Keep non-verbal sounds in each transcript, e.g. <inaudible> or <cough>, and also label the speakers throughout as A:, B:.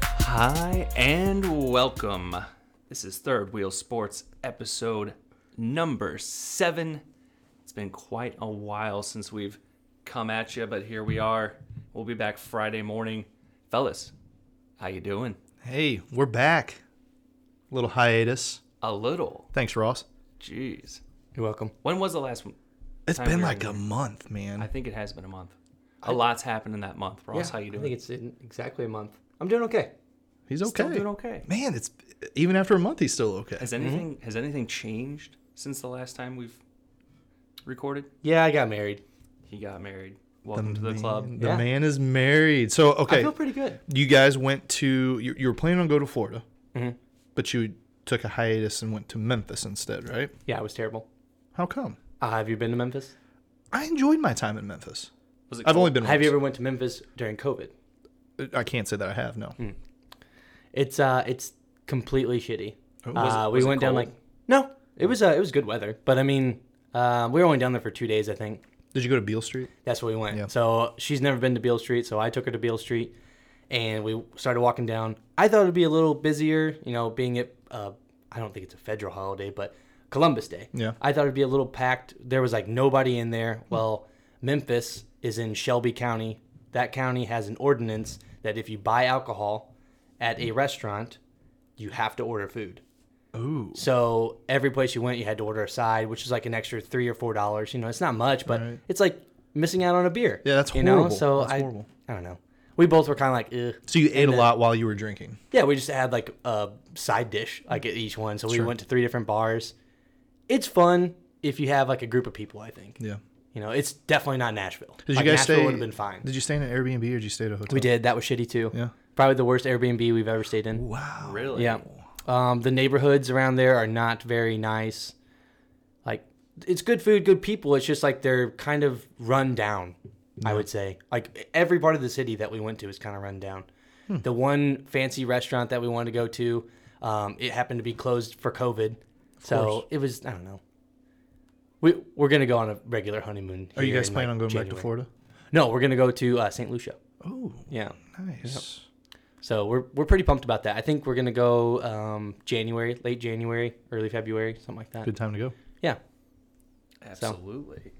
A: Hi and welcome. This is Third Wheel Sports episode number seven. It's been quite a while since we've come at you, but here we are. We'll be back Friday morning, fellas. How you doing?
B: Hey, we're back. Little hiatus.
A: A little.
B: Thanks, Ross.
A: Jeez.
C: You're welcome.
A: When was the last one?
B: It's
A: Time
B: been
A: you're
B: like a month,
A: I
B: man.
A: think it has been a month. A lot's happened in that month. Ross, how you
C: I
A: doing?
C: think it's in exactly a month. I'm doing okay.
B: He's
A: Still
B: okay. Mm-hmm.
A: doing okay.
B: Man, it's even after a month, he's still okay.
A: Has anything has anything changed since the last time we've recorded?
C: Yeah, I got married.
A: He got married. Welcome to the club.
B: The
C: Yeah.
B: man is married. So
C: I
B: okay,
C: feel pretty good.
B: you guys went to you, you were planning on going to Florida,
C: Mhm.
B: but you took a hiatus and went to Memphis instead, right?
C: Yeah, it was terrible.
B: How come?
C: Uh, have you been to Memphis?
B: I enjoyed my time in Memphis.
A: Was it
B: I've only
A: cold?
B: been.
C: Have you
B: once. Uh,
C: ever went to Memphis during COVID?
B: I can't say that I have. No.
C: Mm. It's uh, it's completely shitty.
B: Oh, was
A: it-
C: uh, we
A: was it
C: went down
A: cold?
C: like no, it was uh, it was good weather, but I mean, uh, we were only down there for two days, I think.
B: Did you go to Beale Street?
C: That's where we went.
B: Yeah.
C: So she's never been to Beale Street, so I took her to Beale Street, and we started walking down. I thought it'd be a little busier, you know, being it. Uh, I don't think it's a federal holiday, but Columbus Day.
B: Yeah. Hmm.
C: I thought it'd be a little packed. There was like nobody in there. Well, Memphis is in Shelby County. That county has an ordinance that if you buy alcohol at a restaurant, you have to order food.
B: Ooh.
C: So every place you went, you had to order a side, which is like an extra three or four dollars. You know, it's not much, but
B: Right.
C: it's like missing out on a beer.
B: Yeah, that's
C: you
B: horrible.
C: Know? So
B: That's
C: I,
B: horrible.
C: I don't know. We both were kind of like, Ugh.
B: So you ate
C: And
B: a
C: then-
B: lot while you were drinking.
C: yeah, we just had like a side dish like at each one. So we
B: Sure.
C: went to three different bars. It's fun if you have like a group of people. I think
B: Yeah.
C: you know it's definitely not Nashville.
B: Did
C: Like,
B: you guys
C: Nashville
B: stay?
C: Would have been fine.
B: Did you stay in an Airbnb or did you stay at a hotel?
C: we did. That was shitty too.
B: Yeah.
C: Probably the worst Airbnb we've ever stayed in.
B: Wow.
A: Really?
C: Yeah. Um, the neighborhoods around there are not very nice. Like, it's good food, good people. It's just like they're kind of run down, I would say. Like, every part of the city that we went to is kind of run down.
B: Hmm.
C: The one fancy restaurant that we wanted to go to, um, it happened to be closed for COVID. so
B: course.
C: it was, I don't know. We, we're going to go on a regular honeymoon.
B: Are you
C: here
B: guys
C: in,
B: planning
C: like,
B: on going back to
C: January.
B: Florida?
C: No, we're going to go to uh, St. Lucia.
B: Oh,
C: Yeah.
B: nice.
C: So we're we're pretty pumped about that. I think we're gonna go um, January, late January, early February, something like that.
B: Good time to go.
C: Yeah,
A: Absolutely.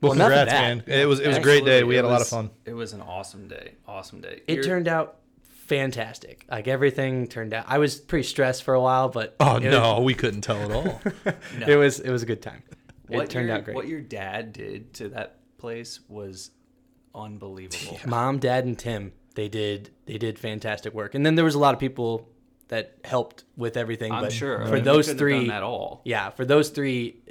B: Well,
C: nothing
B: congrats, man.
C: bad.
B: It was it was a great day.
A: Absolutely.
B: We had a
A: It
B: lot of
A: was-
B: fun.
A: It was an awesome day. Awesome day.
C: it
A: You're-
C: turned out fantastic. Like everything turned out. I was pretty stressed for a while, but
B: Oh <laughs>
C: it
B: no, we couldn't tell at all.
C: was, <laughs> it was it was a good time.
A: what
C: it turned
A: your,
C: out great.
A: What your dad did to that place was
C: <laughs>
A: unbelievable.
C: Mom, Dad, and Tim they did they did fantastic work. And then there was a lot of people that helped with everything.
A: I'm
C: but
A: sure. I mean,
C: for
A: we
C: those
A: couldn't have done
C: three,
A: that all.
C: yeah, for those three,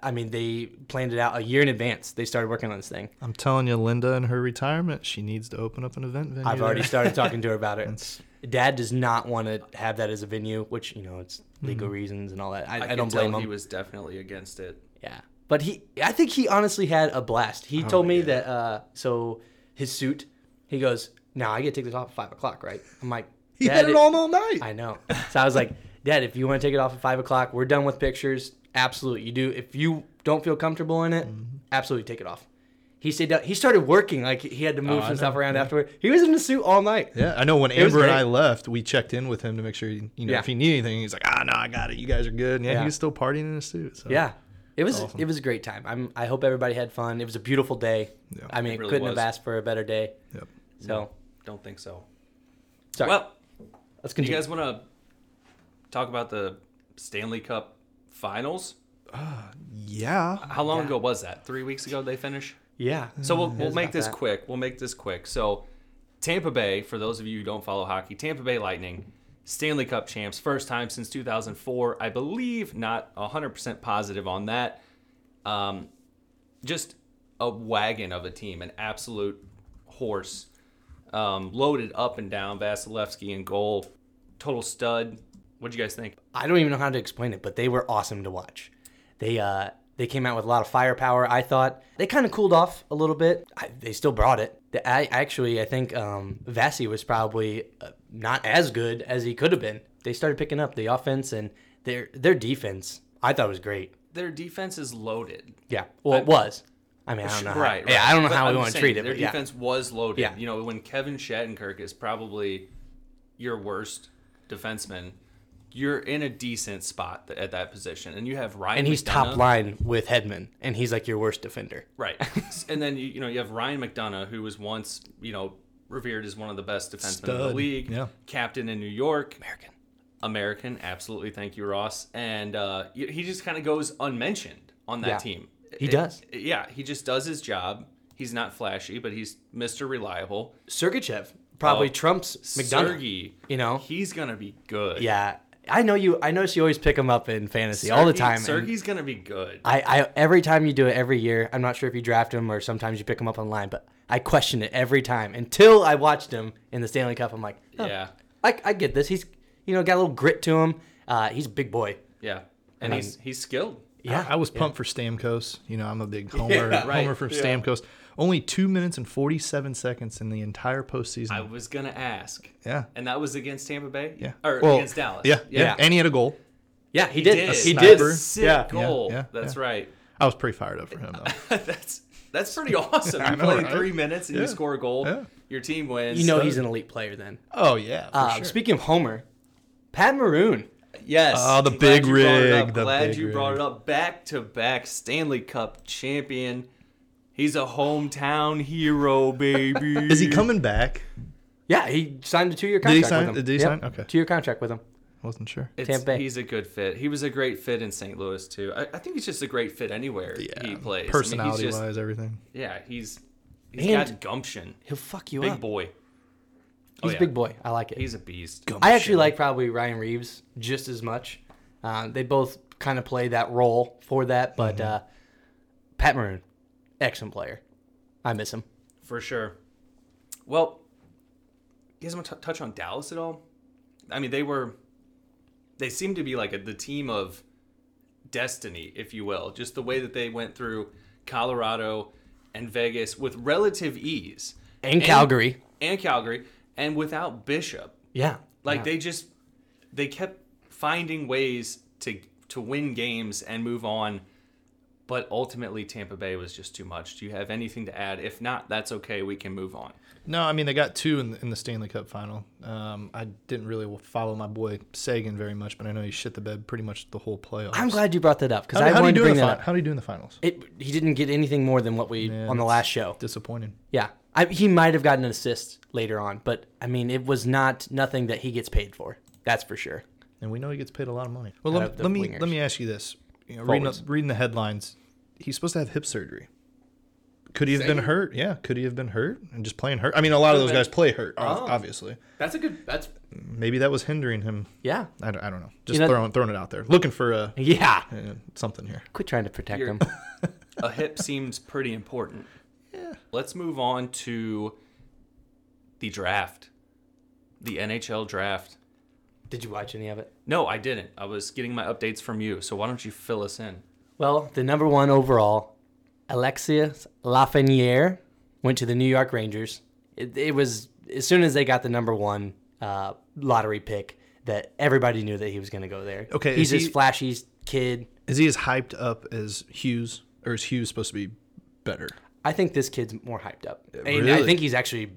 C: I mean they planned it out a year in advance. They started working on this thing.
B: I'm telling you, Linda and her retirement, she needs to open up an event venue.
C: I've
B: <laughs>
C: already
B: there.
C: started talking to her about it. Dad does not want to have that as a venue, which you know it's legal reasons and all that. I, I,
A: Mm-hmm. could
C: don't
A: tell
C: blame him.
A: He was definitely against it.
C: yeah, but he, I think he honestly had a blast. He
A: Oh,
C: told me that. Uh, so his suit, he goes, "Now I get to take this off at five o'clock, right?"
A: <laughs>
C: I'm like,
B: He
C: "Dad,
B: had it
C: it-
B: on all night.
C: I know. So I was like, Dad, if you want to take it off at five o'clock, we're done with pictures. Absolutely, you do. If you don't feel comfortable in it,
A: Mm-hmm.
C: absolutely take it off. He stayed down. He started working. Like he had to move
A: Oh, I
C: some stuff around afterward. He was in the suit all night.
B: yeah, I know. When
C: was
B: Amber and
C: great.
B: I left, we checked in with him to make sure he, you know
C: Yeah.
B: if he needed anything. He's like, ah, no, I got it. You guys are good. And yeah,
C: Yeah.
B: he was still partying in his suit. So.
C: Yeah. It was
B: awesome.
C: it was a great time. I'm I hope everybody had fun. It was a beautiful day.
B: Yeah.
C: I mean,
A: It really
C: couldn't
A: was.
C: have asked for a better day.
B: Yep.
C: So,
A: Don't think so.
C: sorry.
A: Well,
C: let's
A: you
C: continue.
A: guys want to talk about the Stanley Cup Finals?
B: Yeah.
C: Uh,
A: How long ago was that? Three weeks ago they finished.
C: yeah.
A: So we'll, we'll make
C: Mm, about
A: this
C: that.
A: quick. We'll make this quick. So Tampa Bay, for those of you who don't follow hockey, Tampa Bay Lightning, Stanley Cup champs, first time since 2004. I believe not 100% positive on that. Um, just a wagon of a team, an absolute horse. Um, loaded up and down, Vasilevsky in goal, total stud. What'd you guys think?
C: I don't even know how to explain it, but they were awesome to watch. They uh they came out with a lot of firepower. I thought they kind of cooled off a little bit. I, they still brought it. The- I actually I think um, Vasi was probably uh, not as good as he could have been. They started picking up the offense and their their defense. I thought was great.
A: Their defense is loaded.
C: Yeah. Well, it was. I mean, I don't know. How,
A: Right, right.
C: Yeah, I don't know
A: But
C: how
A: I'm
C: we want to
A: saying
C: treat it,
A: Their
C: but yeah.
A: defense was loaded.
C: Yeah.
A: You know, when Kevin Shattenkirk is probably your worst defenseman, you're in a decent spot th- at that position, and you have Ryan.
C: And he's
A: McDonough-
C: top line with Hedman, and he's like your worst defender.
A: right? and then you, you know you have Ryan McDonough, who was once you know revered as one of the best defensemen in the
B: Stud,
A: league,
B: yeah.
A: captain in New York,
C: American.
A: American, absolutely. Thank you, Ross. And uh, y- he just kind of goes unmentioned on that
C: Yeah.
A: team.
C: He
A: It-
C: does.
A: yeah, he just does his job. He's not flashy, but he's Mr. Reliable.
C: Sergachev probably
A: Oh,
C: trumps McDonough.
A: Sergey,
C: you know?
A: he's gonna be good.
C: Yeah, I know you. I notice you always pick him up in fantasy all the
A: Sergey-
C: time. and
A: Sergey's gonna be good.
C: I, I every time you do it every year. I'm not sure if you draft him or sometimes you pick him up online, but I question it every time until I watched him in the Stanley Cup. I'm like, oh,
A: Yeah,
C: I, I get this. He's you know got a little grit to him. Uh, he's a big boy.
A: yeah, and
C: I mean-
A: he's he's skilled.
C: Yeah,
B: I, I was pumped for Stamkos. You know, I'm
A: <laughs>
B: a big homer,
C: Yeah,
A: right.
B: homer for
A: Yeah.
B: Stamkos. Only two minutes and 47 seconds in the entire postseason.
A: I was gonna ask.
B: yeah.
A: And that was against Tampa Bay.
B: Yeah.
A: or
B: Well,
A: against Dallas.
B: Yeah, yeah.
C: Yeah.
B: And he had a goal.
C: Yeah, he, did.
A: did.
C: He
B: A
C: did.
B: sniper.
A: Sick
C: Yeah.
A: goal.
B: Yeah, yeah,
A: That's
B: yeah.
A: right.
B: I was pretty fired up for him,
A: <laughs>
B: though.
A: that's that's
B: <laughs>
A: pretty awesome. You
B: know,
A: play
B: right?
A: three minutes and you
B: Yeah.
A: score a goal.
B: Yeah.
A: Your team wins.
C: You know he's an elite player. Then
B: oh, yeah. For
C: uh,
B: sure.
C: speaking of Homer, Pat Maroon.
A: yes.
B: Oh, the
A: I'm glad
B: big
A: you brought it up.
B: rig, the
A: Glad
B: big
A: you brought
B: rig.
A: it up. Back to back Stanley Cup champion. He's a hometown hero,
C: <laughs>
A: baby.
B: Is he coming back?
C: Yeah, he signed a two-year
B: he
C: contract
B: sign-
C: with him.
B: did he sign? Okay.
C: two-year contract with him.
B: Wasn't sure.
A: It's,
C: Tampa Bay.
A: He's a good fit. He was a great fit in St. Louis too. I, I think he's just a great fit anywhere he plays. I mean, he's
B: Personality
A: just-
B: wise, everything.
A: yeah, he's he's
C: And-
A: got gumption.
C: He'll fuck you
A: Big
C: up.
A: boy.
C: He's
A: yeah.
C: a big boy. I like it.
A: He's a beast.
C: I actually like probably Ryan Reeves just as much. Uh, they both kind of play that role for that, but
B: Mm-hmm.
C: uh, Pat Maroon, excellent player. I miss him.
A: For sure. Well, you guys want to touch on Dallas at all? I mean, they were, they seemed to be like a, the team of destiny, if you will. Just the way that they went through Colorado and Vegas with relative ease,
C: And, Calgary.
A: and Calgary, and without Bishop.
C: Yeah.
A: Like
C: yeah.
A: they just, they kept finding ways to to win games and move on. But ultimately, Tampa Bay was just too much. Do you have anything to add? If not, that's okay. We can move on.
B: No, I mean they got two in the, in the Stanley Cup final. Um, I didn't really follow my boy Sagan very much, but I know he shit the bed pretty much the whole playoffs.
C: I'm glad you brought that up because
B: How,
C: I
B: how do you
C: wanted
B: do
C: to
B: in
C: bring
B: the
C: that
B: fin-
C: up.
B: How do you do in the finals?
C: It, he didn't get anything more than what we on the
B: that's-
C: last show.
B: Disappointing.
C: Yeah. I, he might have gotten an assist later on, but I mean, it was not nothing that he gets paid for. That's for sure.
B: And we know he gets paid a lot of money. Well,
C: Out
B: let,
C: of
B: me- let me
C: the wingers.
B: let me ask you this. You know, reading,
C: Forwards.
B: reading the headlines, he's supposed to have hip surgery. Could he have been
A: Sagan?
B: hurt? Yeah. Could he have been hurt and just playing hurt? I mean, a lot of those
A: Could've
B: guys
A: been.
B: play hurt, ob-
A: Oh.
B: obviously.
A: That's a good. That's
B: Maybe that was hindering him.
C: Yeah.
B: I don't, I don't know. Just
C: know-
B: throwing throwing it out there, looking for a
C: Yeah.
B: uh, something here.
C: Quit trying to protect
A: You're-
C: <laughs> him.
A: a hip seems pretty important.
B: Yeah.
A: Let's move on to the draft, the NHL draft.
C: Did you watch any of it?
A: No, I didn't. I was getting my updates from you. So why don't you fill us in?
C: Well, the number one overall, Alexis Lafreniere, went to the New York Rangers. It, it was as soon as they got the number one uh, lottery pick that everybody knew that he was going to go there.
B: Okay,
C: he's
B: is
C: this
B: he-
C: flashy kid.
B: Is he as hyped up as Hughes, or is Hughes supposed to be better?
C: I think this kid's more hyped up. And I
B: really?
C: think he's actually,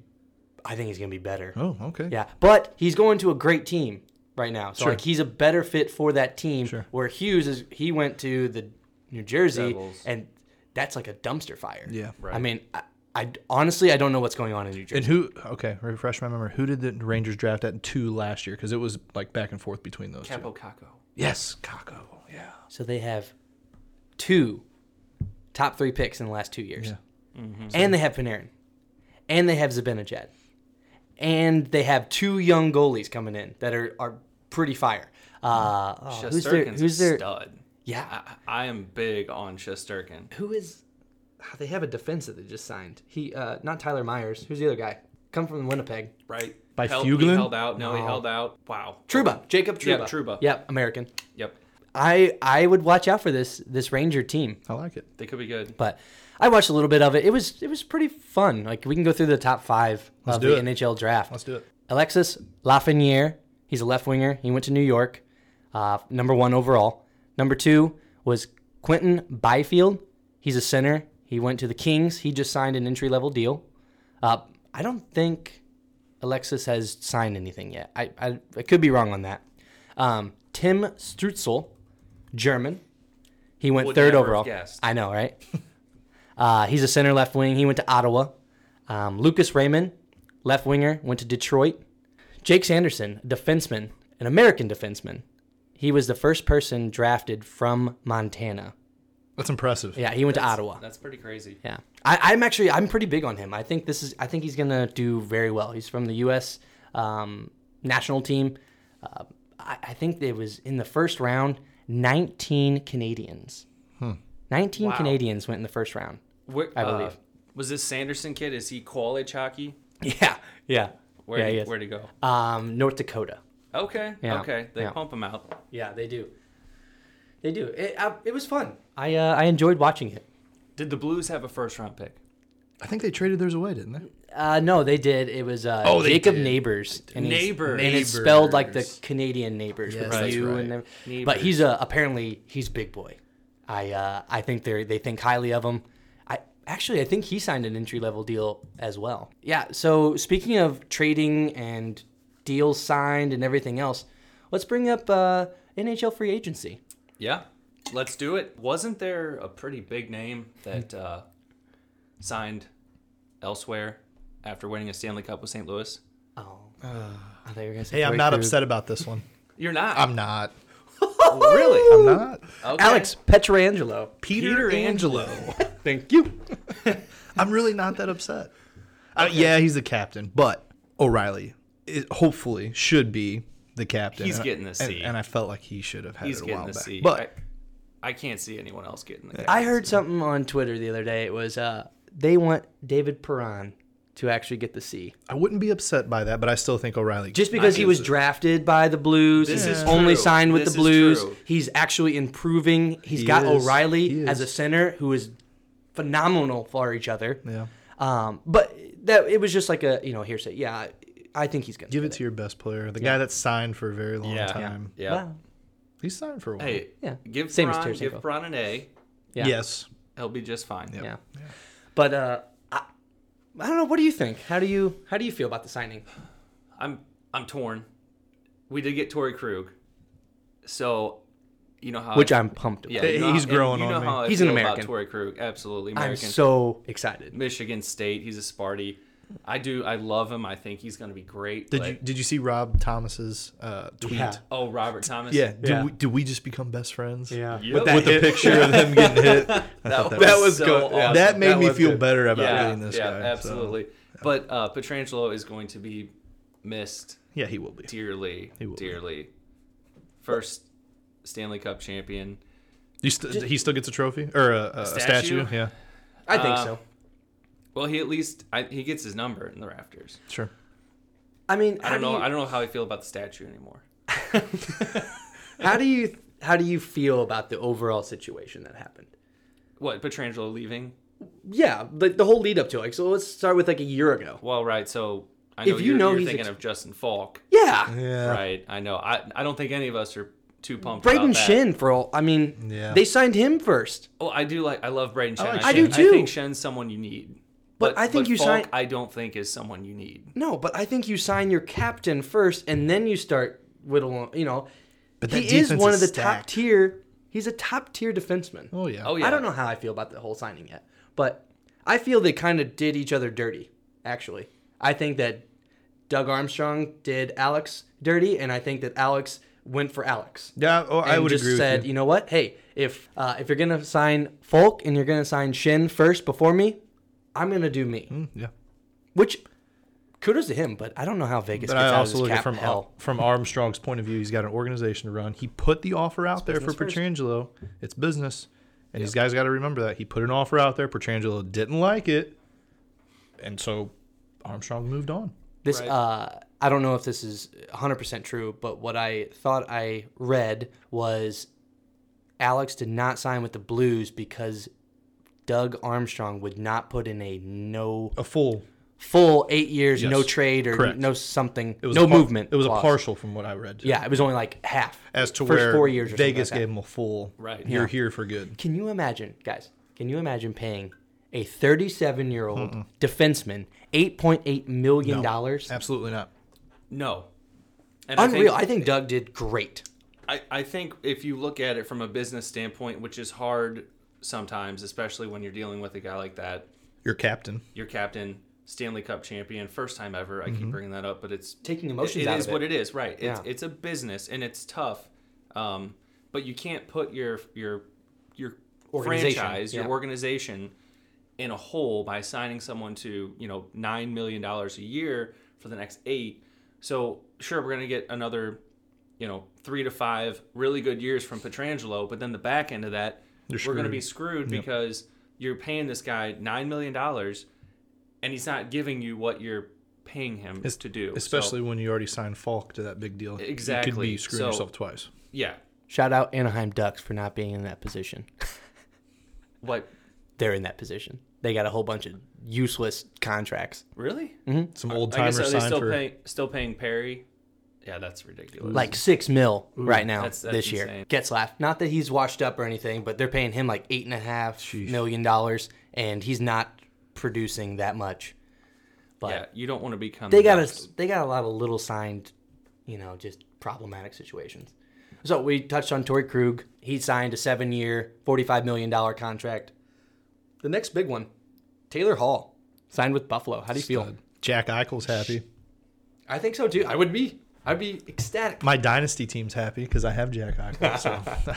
C: I think he's going to be better.
B: Oh, okay.
C: Yeah, but he's going to a great team right now. So
B: Sure.
C: like he's a better fit for that team.
B: Sure.
C: Where Hughes is, he went to the New Jersey,
A: Devils.
C: and that's like a dumpster fire.
B: Yeah.
A: Right.
C: I mean, I, I honestly I don't know what's going on in New Jersey.
B: And who? Okay, refresh my memory. Who did the Rangers draft at two last year? Because it was like back and forth between those
A: Capo
B: two.
A: Caco.
B: Yes, Kako. Yeah.
C: so they have two top three picks in the last two years,
B: Yeah.
A: Mm-hmm.
C: and they have Panarin, and they have Zibanejad, and they have two young goalies coming in that are are pretty fire. Uh, oh, who's their?
A: Shesterkin's
C: Who's their?
A: a stud.
C: Yeah.
A: I, I am big on Shesterkin.
C: who is ah, they have a defense that they just signed he uh not tyler myers who's the other guy come from winnipeg
A: Right.
B: By
A: held, He
B: Fuglin?
A: held out. No, he
C: No.
A: held out. Wow.
C: truba jacob
A: Yeah,
C: truba
A: Trouba.
C: yep american
A: Yep.
C: i i would watch out for this this ranger team
B: I like it.
A: They could be good.
C: but i watched a little bit of it it was it was pretty fun like we can go through the top five
B: Let's
C: of
B: do
C: the
B: it.
C: nhl draft
B: Let's do it.
C: alexis lafreniere he's a left winger he went to new york uh, number one overall number two was quentin byfield he's a center he went to the kings he just signed an entry level deal Uh, I don't think Alexis has signed anything yet. I, I, I could be wrong on that. Um, Tim Strutzel, German. He went
A: Would
C: third
A: never have
C: overall.
A: guessed.
C: I know, right? <laughs> uh, he's a center left wing. He went to Ottawa. Um, Lucas Raymond, left winger, went to Detroit. Jake Sanderson, defenseman, an American defenseman. He was the first person drafted from Montana.
B: That's impressive.
C: Yeah, he went to Ottawa.
A: That's pretty crazy.
C: Yeah, I, I'm actually I'm pretty big on him. I think this is I think he's gonna do very well. He's from the U.S. Um, national team. Uh, I, I think it was in the first round. 19 Canadians. 19
A: Wow.
C: Canadians went in the first round.
A: Where-
C: I
A: uh,
C: believe.
A: was this Sanderson kid? Is he college hockey?
C: <laughs> Yeah, yeah,
A: Where
C: yeah. he is.
A: where to go?
C: um, North Dakota.
A: Okay,
C: Yeah,
A: okay. They
C: yeah.
A: pump him out.
C: Yeah, they do. They do. It, I, it was fun. I uh, I enjoyed watching it.
A: Did the Blues have a first round pick?
B: I think they traded theirs away, didn't they?
C: Uh, no, they did. It was uh,
B: Oh, they
C: Jacob
B: did.
C: Neighbors. And he's-
A: Neighbors.
C: And it's spelled like the
B: Neighbors.
C: Canadian Neighbors
B: Yes,
C: with
B: that's
C: you
B: right.
C: and them. But
A: Neighbors.
C: he's a apparently he's big boy. I uh, I think they they think highly of him. I actually I think he signed an entry level deal as well. Yeah. So speaking of trading and deals signed and everything else, let's bring up uh, NHL free agency.
A: Yeah, let's do it. Wasn't there a pretty big name that uh, signed elsewhere after winning a Stanley Cup with St. Louis?
C: Oh, I thought you were gonna say.
B: Hey, I'm
C: Corey
B: not
C: Krug.
B: upset about this one.
A: You're not.
B: <laughs>
A: Oh,
B: I'm not.
A: really?
B: I'm not.
A: Okay.
C: Uh, Alex Petrangelo.
A: Peter Angelo.
C: Thank you.
B: I'm really not that upset. Uh, yeah, he's the captain, but O'Reilly is, hopefully should be the captain.
A: He's
B: And I-
A: getting the
B: and-
A: C.
B: And, I felt like he should have had
A: He's
B: it a
A: getting
B: while
A: the
B: back.
A: C.
B: But
A: I, I can't see anyone else getting the.
C: I heard something on Twitter the other day. It was uh, they want David Perron to actually get the C,
B: I wouldn't be upset by that. But I still think O'Reilly.
C: just because he was drafted by the Blues.
A: This
C: he's
A: is
C: only
A: true.
C: signed with
A: This
C: the
A: is
C: Blues.
A: true.
C: He's actually improving. He's
B: He
C: got
B: is. He
C: O'Reilly
B: is.
C: as a center who is phenomenal for each other.
B: yeah,
C: Um, but that it was just like a you know hearsay. Yeah, I, I think he's gonna
B: give
C: get
B: it to your best player, the guy that's signed for a very long
A: Yeah.
B: time.
A: Yeah.
C: Wow.
B: He's signed for a while.
A: Hey,
C: Yeah.
A: give
C: Same as
A: Perron,
C: Tarasenko.
A: give Perron an A.
C: Yeah.
B: Yes,
A: He'll be just fine.
B: Yep.
C: Yeah. But uh, I, I don't know. What do you think? How do you how do you feel about the signing?
A: I'm I'm torn. We did get Tory Krug, so you know how
C: Which I'm pumped about.
A: yeah you know
B: <laughs> He's
A: how-
B: growing
A: you know
B: on me.
A: how I
C: He's an
A: feel about
C: American.
A: Torrey Krug, absolutely
C: I'm
A: American.
C: so excited.
A: Michigan State. He's a Sparty. I do. I love him. I think he's going to be great.
B: Did
A: but-
B: you did you see Rob Thomas's uh, tweet?
C: Yeah.
B: Yeah.
A: Oh, Robert Thomas.
B: Did,
C: Yeah.
B: We, did we just become best friends?
A: Yep.
B: With, with a picture of him getting
A: <laughs>
B: hit. I thought
A: That
B: that,
A: was
B: was,
A: so awesome.
B: that made
C: That
B: me
C: was
B: feel
C: good.
B: better about
A: yeah,
B: being this
A: yeah,
B: guy. so-
A: absolutely. But uh, Petrangelo is going to be missed
B: Yeah, he will be.
A: dearly,
B: He will be.
A: dearly. First Stanley Cup champion.
B: You st- he still gets a trophy or a, a, a statue?
A: statue?
B: Yeah,
C: I think
A: Uh,
C: so.
A: Well, he at least I, he gets his number in the rafters.
B: sure.
C: I mean,
A: I
C: how
A: don't
C: do
A: know.
C: you-
A: I don't know how I feel about the statue anymore.
C: how do
B: <laughs>
C: you how do you feel about the overall situation that happened?
A: What Petrangelo leaving?
C: Yeah, like the whole lead up to it. Like, so let's start with like a year ago.
A: Well, right. So I know
C: If you
A: you are
C: know
A: you're
C: he's
A: thinking
C: ex-
A: of Justin Falk,
C: Yeah,
B: Yeah.
A: right? I know. I I don't think any of us are too pumped.
C: Braden
A: about that.
C: Shin for all. I mean,
B: Yeah.
C: they signed him first.
A: Oh, I do like. I love Braden Shen.
B: I like
A: I,
B: Shen.
A: think-
C: I do
A: I think
C: too.
A: Shen's someone you need.
C: But I think you
A: Falk,
C: sign-
A: I don't think is someone you need.
C: No, but I think you sign your captain first, and then you start whittling. You know,
B: But that
C: he is
B: defense
C: one
B: is
C: of the top
B: stacked.
C: tier. He's a top tier defenseman.
B: Oh yeah.
A: Oh yeah.
C: I don't know how I feel about the whole signing yet, but I feel they kind of did each other dirty, actually. I think that Doug Armstrong did Alex dirty, and I think that Alex went for Alex.
B: Yeah. Oh, I
C: and
B: would
C: just
B: agree
C: said,
B: with you.
C: know what? Hey, if uh, if you're gonna sign Folk and you're gonna sign Shin first before me, I'm gonna do me.
B: Mm, yeah.
C: Which kudos to him, but I don't know how Vegas
B: But
C: gets
B: I
C: out of
B: also
C: this
B: look
C: cap
B: at from
C: hell. <laughs>
B: from Armstrong's point of view, he's got an organization to run. He put the offer out there for
A: business
B: Petrangelo. It's business, and these guys got to remember that he put an offer out there. Petrangelo didn't like it, and so Armstrong moved on.
C: This
A: Right.
C: uh, I don't know if this is 100% true, but what I thought I read was Alex did not sign with the Blues because Doug Armstrong would not put in a no
B: A full.
C: full 8 years no
B: Yes.
C: trade or
B: Correct.
C: no something
B: It was
C: no
B: a par-
C: movement.
B: It was
C: clause.
B: a partial from what I read.
C: Yeah, it was only like half.
B: As to
C: first
B: where
C: 4 years or something
B: Vegas
C: like that.
B: gave him a full.
A: Right.
B: You're
A: Yeah.
B: here for good.
C: Can you imagine, guys? Can you imagine paying a 37 year old defenseman $8.8 million? dollars?
B: Absolutely not.
A: No. And
C: Unreal.
A: I
C: I
A: think,
C: think Doug did great.
A: I, I think if you look at it from a business standpoint, which is hard sometimes, especially when you're dealing with a guy like that,
B: Your captain.
A: your captain, Stanley Cup champion, first time ever. I keep bringing that up, but it's
C: Mm-hmm. Taking emotions
A: It,
C: out
A: is
C: of
A: what
C: it.
A: it is, right? It's,
C: Yeah.
A: it's a business and it's tough, um, but you can't put your your your
C: Organization,
A: franchise, your
C: yeah.
A: organization, in a hole by signing someone to you know nine million dollars a year for the next eight. So sure, we're gonna get another, you know, three to five really good years from Petrangelo, but then the back end of that,
B: You're
A: we're gonna
B: screwed.
A: be screwed because you're paying this guy nine million dollars, and he's not giving you what you're paying him
B: Es-
A: to do. So-
B: Especially when you already signed Falk to that big deal. You could
A: Exactly.
B: be screwing
A: So-
B: yourself twice.
A: yeah,
C: Shout out Anaheim Ducks for not being in that position.
A: What?
C: They're in that position. They got a whole bunch of useless contracts.
A: Really?
B: Some old
A: I guess
B: timer
A: are they
B: signed
A: still
B: for.
A: paying still paying Perry? Yeah, that's ridiculous.
C: Like six mil right now
A: That's- that's
C: this year.
A: insane.
C: Gets laughed. Not that he's washed up or anything, but they're paying him like eight and a half million dollars, and he's not producing that much. But
A: yeah, you don't want to become.
C: they
A: the
C: got
A: Ducks.
C: a they got a lot of little signed, you know, just problematic situations. So we touched on Tori Krug. He signed a seven year, forty five million dollar contract. The next big one, Taylor Hall, signed with Buffalo. How do you feel?
B: Jack Eichel's happy.
C: I think so too. I would be. I'd be ecstatic.
B: My dynasty team's happy because I have Jack Eichel, so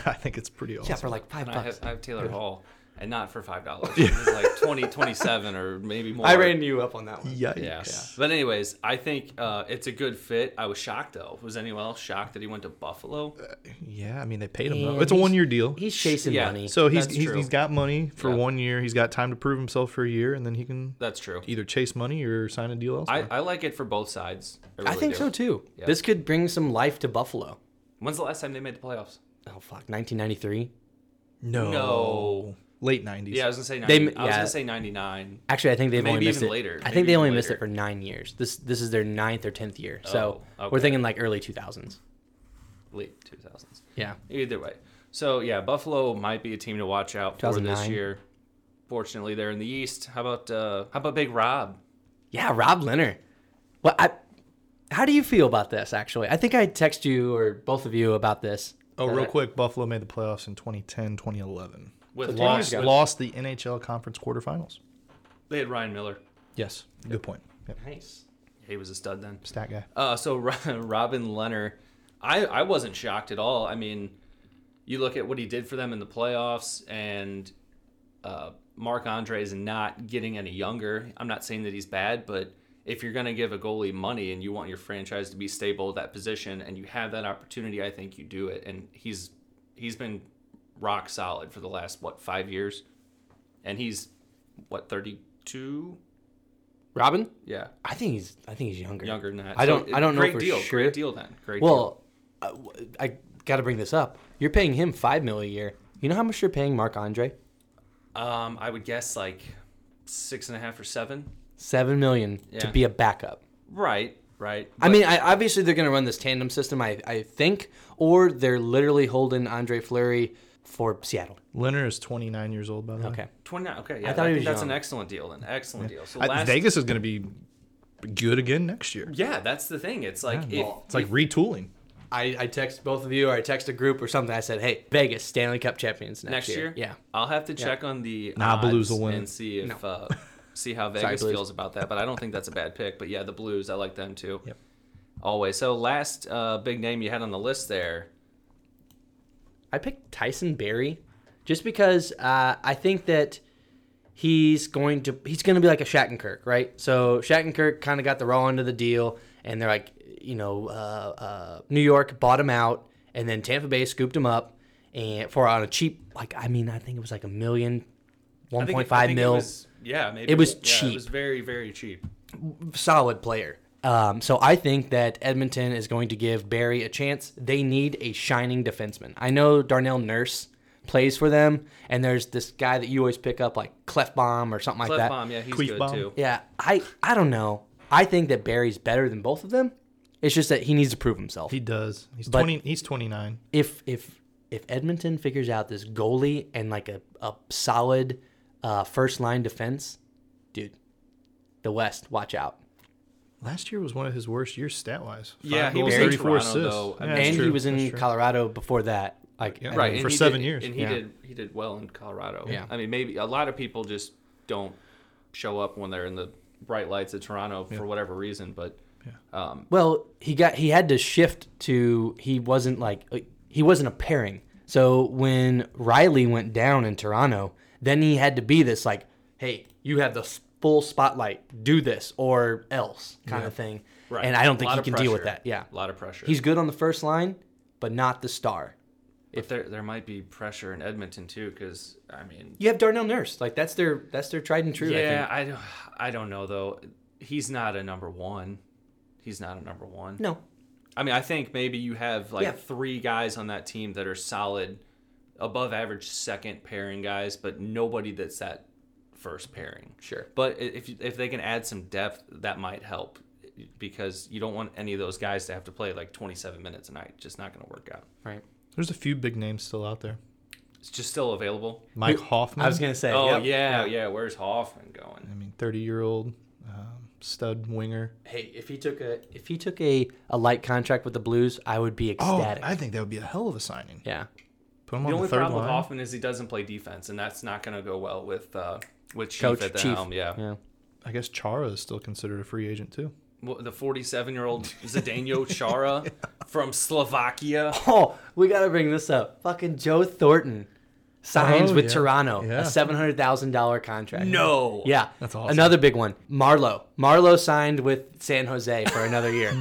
A: <laughs>
B: <laughs> I think it's pretty awesome.
C: Yeah, for like five
A: And I
C: bucks.
A: have, I have Taylor Hall, and not for five dollars.
B: <laughs>
A: It's like twenty, twenty-seven, or maybe more.
C: I ran you up on that one.
B: Yikes.
A: Yeah. But anyways, I think uh, it's a good fit. I was shocked though. Was anyone else shocked that he went to Buffalo?
B: Yeah, I mean they paid him though.
C: And
B: It's a
C: he's-
B: one year deal.
C: He's chasing
A: Yeah.
C: money.
B: so he's
A: That's
B: he's,
A: true.
B: he's got money for
A: Yeah.
B: one year. He's got time to prove himself for a year, and then he can
A: That's true.
B: either chase money or sign a deal
A: I,
B: elsewhere.
A: I like it for both sides.
C: I
A: really
C: think
A: do.
C: so too.
A: Yeah.
C: This could bring some life to Buffalo.
A: When's the last time they made the playoffs?
C: Oh fuck, 1993.
B: no.
A: No.
B: Late nineties.
A: Yeah, I was gonna say. 90,
C: They-
A: I was
C: yeah.
A: gonna say ninety-nine.
C: Actually, I think they've
A: Maybe
C: only missed
A: even
C: it.
A: later.
C: I
A: Maybe
C: think they
A: even
C: only missed it
A: later.
C: for nine years. This this is their ninth or tenth year. So
A: Oh,
C: we're
A: okay.
C: thinking like early two thousands.
A: late two thousands.
C: Yeah.
A: Either way. So yeah, Buffalo might be a team to watch out for this
C: 2009.
A: year. Fortunately, they're in the East. How about uh, how about Big Rob?
C: Yeah, Rob Leonard. Well, I. How do you feel about this? Actually, I think I text you or both of you about this.
B: Oh,
C: Uh,
B: real quick, Buffalo made the playoffs in 2010, 2011.
A: With
B: Lost,
A: with-
B: lost the NHL conference quarterfinals.
A: they had Ryan Miller.
B: Yes. Good point. Yep.
C: Nice.
A: He was a stud then.
B: Stat guy.
A: Uh, so <laughs> Ro- Robin Leonard, I I wasn't shocked at all. I mean, you look at what he did for them in the playoffs, and uh, Mark Andre is not getting any younger. I'm not saying that he's bad, but if you're going to give a goalie money and you want your franchise to be stable at that position, and you have that opportunity, I think you do it. And he's he's been rock solid for the last what five years, and he's what 32.
C: Robin.
A: Yeah,
C: I think he's. I think he's younger.
A: younger than that.
C: I don't- I don't know
A: great
C: for
A: deal,
C: sure.
A: Great deal then. Great deal.
C: Well, I, I got to bring this up. You're paying him five mil a year. You know how much you're paying Mark Andre?
A: Um, I would guess like six and a half or seven.
C: Seven million to
A: Yeah.
C: be a backup.
A: Right, right.
C: I mean, I, obviously they're going to run this tandem system, I, I think, or they're literally holding Andre Fleury for Seattle.
B: Leonard is 29 years old, by the way.
C: Okay.
A: twenty nine. Okay, yeah,
C: I
A: I
C: thought
A: thought
C: he was
A: that's
C: young.
A: an excellent deal. An excellent deal. So
B: I-
A: last,
B: Vegas is going to be good again next year.
A: yeah, that's the thing. It's like if,
B: It's like retooling.
C: I, I text both of you, or I text a group or something. I said, "Hey, Vegas Stanley Cup champions
A: next
C: next,
A: year.
C: Yeah.
A: I'll have to check on the
B: Nah, Blues
A: odds
B: will win.
A: and see if
C: <laughs>
A: uh, see how
C: Sorry,
A: Vegas
C: Blues.
A: feels about that. But I don't think that's a bad pick. But yeah, the Blues, I like them too.
B: Yep.
A: Always. So last uh, big name you had on the list there.
C: I picked Tyson Berry, just because uh, I think that he's going to he's going to be like a Shattenkirk, right? So Shattenkirk kind of got the raw end of the deal, and they're like, you know, uh, uh, New York bought him out, and then Tampa Bay scooped him up, and for on a cheap, like I mean, I think it was like a million,
A: I
C: one
A: think- I
C: point five
A: think it
C: mil.
A: was- yeah, maybe
C: It was
A: yeah,
C: cheap.
A: it was very, very cheap.
C: solid player. Um, so I think that Edmonton is going to give Barry a chance. They need a shining defenseman. I know Darnell Nurse plays for them, and there's this guy that you always pick up, like Clefbaum or something like
A: Clef
C: that.
A: bomb, yeah, he's
B: Queef
A: good
B: bomb.
A: too.
C: Yeah, I I don't know. I think that Barry's better than both of them. It's just that he needs to prove himself.
B: He does. He's
C: But-
B: 20. He's 29.
C: if if if Edmonton figures out this goalie and like a, a solid Uh, first line defense, dude. The West, watch out.
B: Last year was one of his worst years stat wise.
A: Yeah, he was in Toronto, though. I mean- That's
C: and he
A: true,
C: was in Colorado before that. Like
B: Yeah.
C: I
B: Right.
C: mean,
B: for
A: he
B: seven
A: did-
B: years.
A: And he
C: Yeah.
A: did he did well in Colorado.
C: Yeah.
A: I mean, maybe a lot of people just don't show up when they're in the bright lights of Toronto for whatever reason, but
C: Well, he got he had to shift to he wasn't like he wasn't a pairing. So when Riley went down in Toronto, then he had to be this like, hey, you have the s- full spotlight, do this or else kind of thing.
A: right.
C: And I don't think
A: Lot
C: he
A: of
C: can deal with
A: pressure.
C: that. Yeah,
A: A lot of pressure.
C: he's good on the first line, but not the star.
A: if there there might be pressure in Edmonton too cuz I mean,
C: You have Darnell Nurse, like that's their that's their tried and true.
A: yeah, I
C: I think.
A: don't I don't know though. He's not a number 1. He's not a number 1.
C: No,
A: I mean, I think maybe you have like
C: Yeah.
A: three guys on that team that are solid, above average second pairing guys, but nobody that's that first pairing.
C: Sure.
A: But i- if you- if they can add some depth, that might help because you don't want any of those guys to have to play like 27 minutes a night. Just not going to work out.
C: right.
B: There's a few big names still out there.
A: It's just still available.
B: Mike
C: Who-
B: Hoffman.
C: I was gonna say.
A: oh
C: yep.
A: yeah, yeah. Where's Hoffman going?
B: I mean, 30 year old um, stud winger.
C: Hey, if he took a if he took a a light contract with the Blues, I would be
B: Oh,
C: ecstatic.
B: I think that would be a hell of a signing.
C: yeah.
B: Put him
A: The
B: on
A: only
B: the third
A: problem
B: line.
A: with Hoffman is he doesn't play defense, and that's not going to go well with uh, with Chief
C: Coach
A: at the
C: Chief.
A: helm.
B: um,
A: Yeah.
B: I guess Chara is still considered a free agent too.
A: Well, the 47 year old Zdeno Chara from Slovakia.
C: Oh, we gotta bring this up. Fucking Joe Thornton signs
B: Oh,
C: with
B: yeah.
C: Toronto
B: Yeah.
C: a seven hundred thousand dollar contract.
A: No.
C: Yeah.
B: That's awesome.
C: Another big one. Marlowe. Marlowe signed with San Jose for another
B: <laughs>
C: year.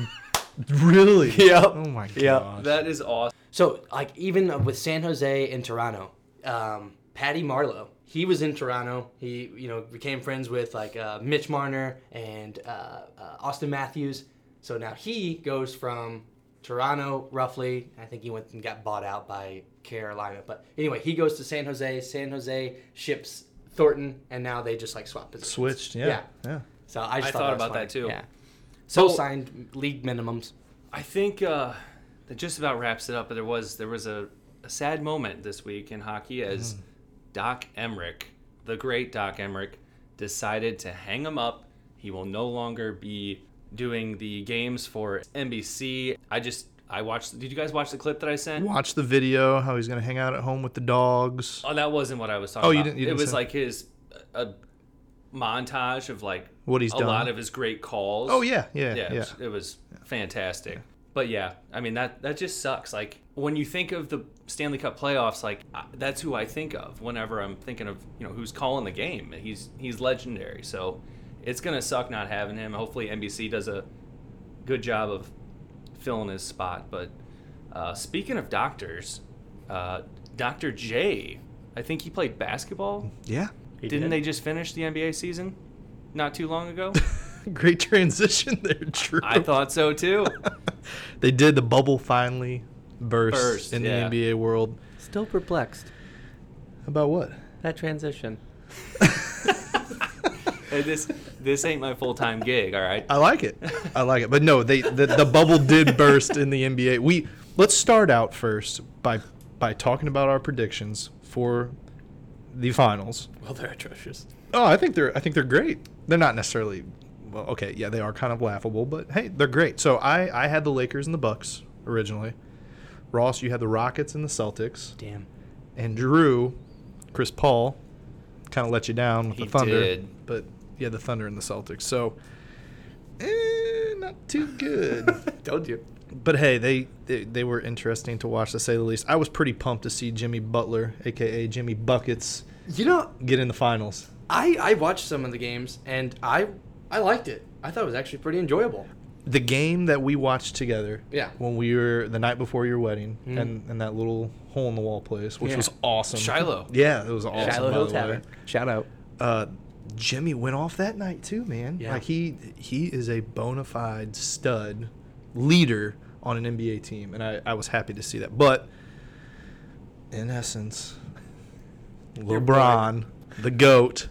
B: Really?
C: Yep.
B: Oh my god.
C: Yep.
A: That is awesome.
C: So, like, even with San Jose and Toronto, um, Patty Marlowe, he was in Toronto. He, you know, became friends with like uh, Mitch Marner and uh, uh, Austin Matthews. So now he goes from Toronto, roughly. I think he went and got bought out by Carolina. But anyway, he goes to San Jose. San Jose ships Thornton, and now they just like swap positions.
B: Switched. Yeah. Yeah.
C: So I just
A: I
C: thought,
A: thought
C: that was
A: about that,
C: funny.
A: too.
C: Yeah.
A: So
C: Both signed league minimums.
A: I think uh, that just about wraps it up. But there was there was a, a sad moment this week in hockey as
B: Mm-hmm.
A: Doc Emmerich, the great Doc Emmerich, decided to hang him up. He will no longer be doing the games for NBC. I just I watched. Did you guys watch the clip that I sent?
B: Watch the video. How he's gonna hang out at home with the dogs.
A: Oh, that wasn't what I was talking
B: Oh,
A: about.
B: you didn't- you
A: it
B: didn't
A: was
B: say-
A: like his a montage of like
B: What he's
A: a
B: done.
A: lot of his great calls.
B: Oh yeah. Yeah.
A: yeah,
B: Yeah.
A: it was- It, was fantastic. But yeah, I mean that that just sucks. Like when you think of the Stanley Cup playoffs, like I, that's who I think of whenever I'm thinking of you know who's calling the game. He's he's legendary. So it's gonna suck not having him. Hopefully NBC does a good job of filling his spot. But uh, speaking of doctors, uh, Doctor J, I think he played basketball.
B: Yeah.
A: Didn't
C: did.
A: they just finish the NBA season not too long ago?
B: <laughs> Great transition there, Drew.
A: I thought so too.
B: <laughs> they did the bubble finally burst,
A: Burst,
B: in
A: yeah.
B: the NBA world.
C: Still perplexed.
A: <laughs>
B: About what?
C: That transition.
A: Hey, this this ain't my full time gig. All right.
B: I like it. I like it. But no, they the, the bubble did burst in the NBA. We let's start out first by by talking about our predictions for the finals.
C: Well, they're atrocious.
B: Oh, I think they're I think they're great. They're not necessarily well, okay, yeah, they are kind of laughable, but hey, they're great. So I I had the Lakers and the Bucks originally. Ross, you had the Rockets and the Celtics, <laughs>
C: Damn.
B: and Drew, Chris Paul, kind of let you down with
A: He
B: the Thunder,
A: did.
B: but yeah, the Thunder and the Celtics. So eh, not too good.
A: <laughs>
C: Told you.
B: but hey, they, they they were interesting to watch to say the least. I was pretty pumped to see Jimmy Butler, aka Jimmy Buckets,
C: You know,
B: get in the finals.
C: I I watched some of the games and I I liked it. I thought it was actually pretty enjoyable.
B: the game that we watched together
C: Yeah. Mm.
B: when we were the night before your wedding and, and that little hole in the wall place which
C: Yeah.
B: was awesome
A: Shiloh.
B: <laughs> yeah it was awesome
C: Shiloh
B: by
C: Hill
B: the way.
C: Tavern. Shout out.
B: uh jimmy went off that night too man
C: Yeah.
B: like he he is a bona fide stud leader on an nba team and i, I was happy to see that but in essence lebron the goat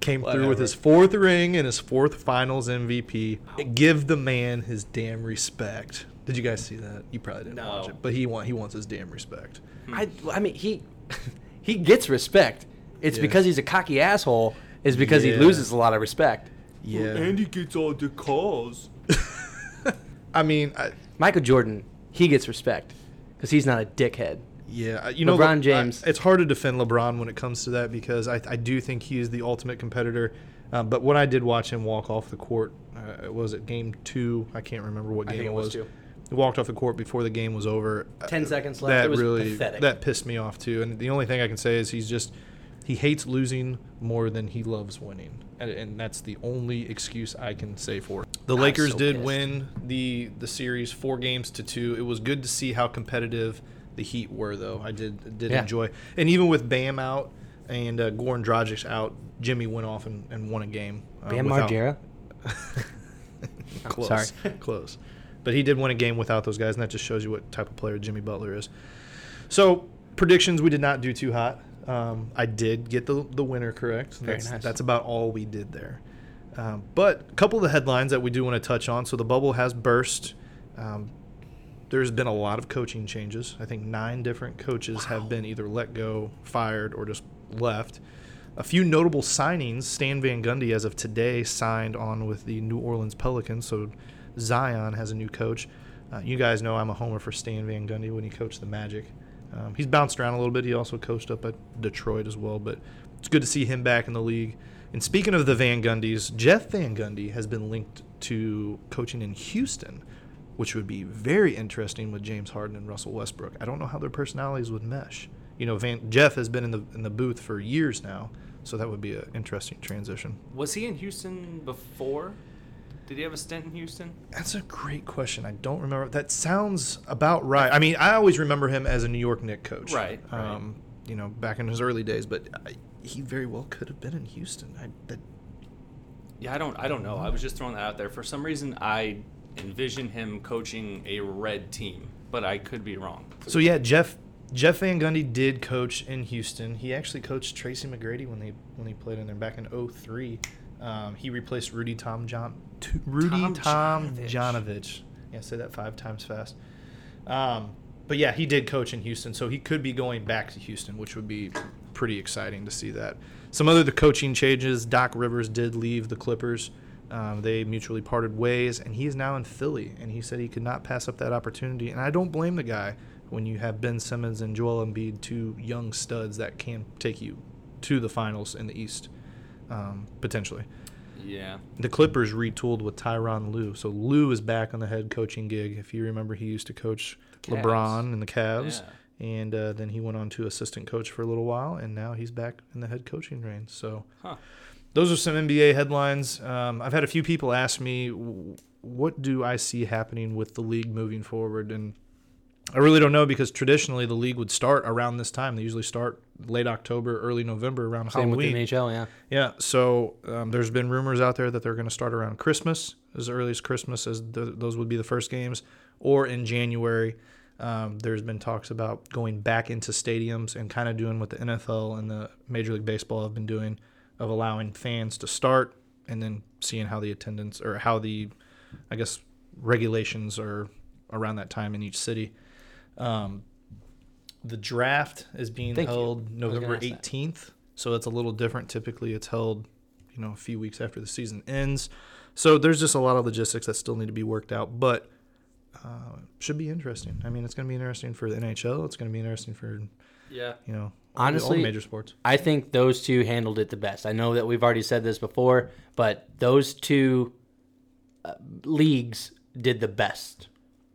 B: came through with
C: Whatever.
B: his fourth ring and his fourth finals mvp give the man his damn respect did you guys see that you probably didn't
A: No.
B: Hmm.
C: <laughs>
B: watch it but he want, he wants his damn respect
C: I I mean he he gets respect. It's
B: Yeah.
C: because he's a cocky asshole. Is because he
B: Yeah.
C: loses a lot of respect.
B: Yeah.
A: he gets all the calls.
B: I mean, I,
C: Michael Jordan, he gets respect because he's not a dickhead.
B: yeah. I- You know,
C: LeBron
B: Le- I-
C: James.
B: it's hard to defend LeBron when it comes to that because I, I do think he is the ultimate competitor. Uh, but when I did watch him walk off the court, uh, was it game two? I can't remember what game
C: think
B: it
C: it
B: was.
C: was two.
B: He walked off the court before the game was over.
C: Ten
B: Uh,
C: seconds left.
B: that
C: It was
B: really
C: pathetic.
B: that pissed me off too. And the only thing I can say is he's just he hates losing more than he loves winning, and, and that's the only excuse I can say for it. The
C: I'm
B: Lakers
C: so
B: did
C: pissed.
B: win the the series four games to two. It was good to see how competitive the Heat were, though. I did did
C: Yeah.
B: enjoy, and even with Bam out and uh, Goran Dragic out, Jimmy went off and, and won a game. Uh,
C: Bam
B: without-
C: Margera.
B: <laughs> close.
C: sorry.
B: Close. But he did win a game without those guys, and that just shows you what type of player Jimmy Butler is. So predictions we did not do too hot. Um, I did get the the winner correct. that's,
C: nice.
B: that's about all we did there. Um, but a couple of the headlines that we do want to touch on. So the bubble has burst. Um, there's been a lot of coaching changes. I think nine different coaches have been either let go, fired, or just left. A few notable signings. Stan Van Gundy, as of today, signed on with the New Orleans Pelicans. So Zion has a new coach. Uh, you guys know I'm a homer for Stan Van Gundy when he coached the Magic. Um, he's bounced around a little bit. He also coached up at Detroit as well, but it's good to see him back in the league. And speaking of the Van Gundys, Jeff Van Gundy has been linked to coaching in Houston which would be very interesting with James Harden and Russell Westbrook. I don't know how their personalities would mesh. You know, Van, Jeff has been in the in the booth for years now, so that would be an interesting transition.
A: Was he in Houston before? Did he have a stint in Houston?
B: That's a great question. I don't remember. That sounds about right. I mean, I always remember him as a New York Knicks coach,
A: Right, right.
B: Um, You know, back in his early days, but I, he very well could have been in Houston. I, that,
A: Yeah, I don't. I don't know. I was just throwing that out there. For some reason, I envision him coaching a red team, but I could be wrong.
B: so yeah, Jeff Jeff Van Gundy did coach in Houston. He actually coached Tracy McGrady when they when he played in there back in 03. Um, he replaced Rudy Tom John Tu- Rudy Tom,
A: Tom
B: Janovich.
A: Janovich.
B: Yeah, say that five times fast. Um, but yeah, he did coach in Houston, so he could be going back to Houston, which would be pretty exciting to see that. Some other the coaching changes. Doc Rivers did leave the Clippers. Um, they mutually parted ways, and he is now in Philly. And he said he could not pass up that opportunity. And I don't blame the guy when you have Ben Simmons and Joel Embiid, two young studs that can take you to the finals in the East, um, potentially.
A: Yeah.
B: The Clippers retooled with Tyron Lue. So Lue is back on the head coaching gig. If you remember, he used to coach
A: Cavs.
B: LeBron and the Cavs.
A: Yeah.
B: And uh, then he went on to assistant coach for a little while, and now he's back in the head coaching reins. So
A: Huh.
B: those are some NBA headlines. Um, I've had a few people ask me, "W- what do I see happening with the league moving forward? And I really don't know because traditionally the league would start around this time. They usually start late October, early November around
C: Same
B: Halloween.
C: with the NHL. Yeah.
B: Yeah, so um, there's been rumors out there that they're going to start around Christmas, as early as Christmas, as th- those would be the first games, or in January. Um, there's been talks about going back into stadiums and kind of doing what the NFL and the Major League Baseball have been doing, of allowing fans to start and then seeing how the attendance or how the, I guess, regulations are around that time in each city. Um, the draft is being
C: Thank you.
B: held
C: was
B: November
C: gonna ask
B: 18th, so it's a little different. Typically, it's held, you know, a few weeks after the season ends. So there's just a lot of logistics that still need to be worked out, but uh, should be interesting. I mean, it's going to be interesting for the NHL. It's going to be interesting for
A: Yeah.
B: you know all the- all the
C: Honestly,
B: major sports.
C: I think those two handled it the best. I know that we've already said this before, but those two uh, leagues did the best,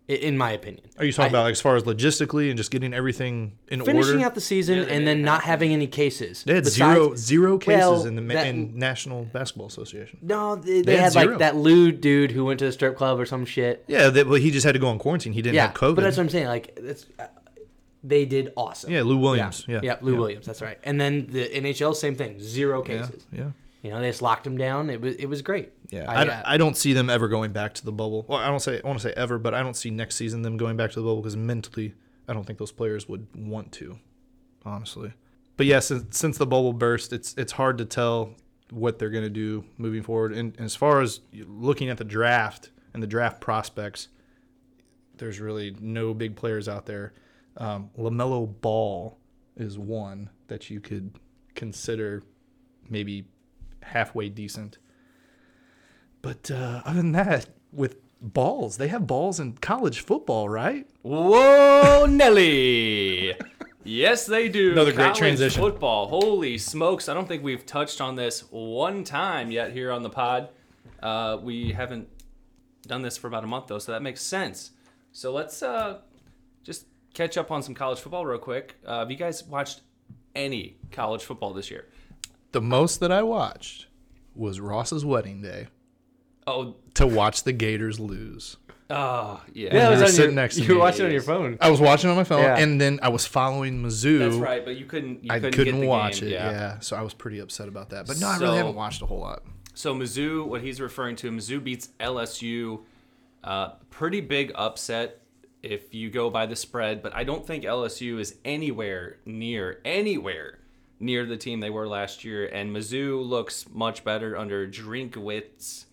C: i- in my opinion.
B: Are you talking about like, as far as logistically and just getting everything in
C: Finishing
B: order?
C: out the season
A: Yeah, they
C: and
A: made
C: then
A: it
C: not having any cases.
B: they had
C: Besides-
B: zero zero cases
C: well,
B: in the ma-
C: that-
B: in National Basketball Association.
C: No, they, they,
B: had
C: had,
B: zero.
C: like that lewd dude who went to the strip club or some shit.
B: Yeah, that, well, he just had to go on quarantine. He didn't
C: Yeah,
B: have COVID.
C: but that's what I'm saying. Like, that's, uh, they did awesome.
B: yeah, Lou Williams. Yeah,
C: yeah, Lou Williams. That's right. And then the NHL, same thing, zero cases.
B: Yeah.
C: You know, they just locked him down. It was it was great.
B: Yeah,
C: I, uh,
B: I, d- I don't see them ever going back to the bubble. Well, I don't say I want to say ever, but I don't see next season them going back to the bubble because mentally, I don't think those players would want to, honestly. But yeah, since, since the bubble burst, it's it's hard to tell what they're going to do moving forward. And, and as far as looking at the draft and the draft prospects, there's really no big players out there. Um, Lamelo Ball is one that you could consider maybe halfway decent. But uh, other than that, with balls, they have balls in college football, right?
A: Whoa, Nelly! yes, they do.
B: Another great
A: College
B: transition.
A: Football. Holy smokes! I don't think we've touched on this one time yet here on the pod. Uh, we haven't done this for about a month though, so that makes sense. So let's uh, just catch up on some college football real quick. Uh, have you guys watched any college football this year?
B: The most that I watched was Ross's wedding day
A: Oh,
B: to watch the Gators lose.
A: oh yeah.
B: Yeah.
C: it was
B: were
C: on
B: sitting
C: your-
B: next to
C: You were
B: me.
C: watching it on your phone.
B: I was watching on my phone,
C: Yeah.
B: and then I was following Mizzou.
A: That's right, but you couldn't. You
B: I
A: couldn't,
B: couldn't,
A: get the
B: watch
A: game.
B: it. Yeah.
A: yeah.
B: so I was pretty upset about that. But no, I really
A: So-
B: haven't watched a whole lot.
A: So Mizzou, what he's referring to, Mizzou beats LSU. Uh, pretty big upset if you go by the spread, but I don't think LSU is anywhere near anywhere near the team they were last year. And Mizzou looks much better under Drinkwitz.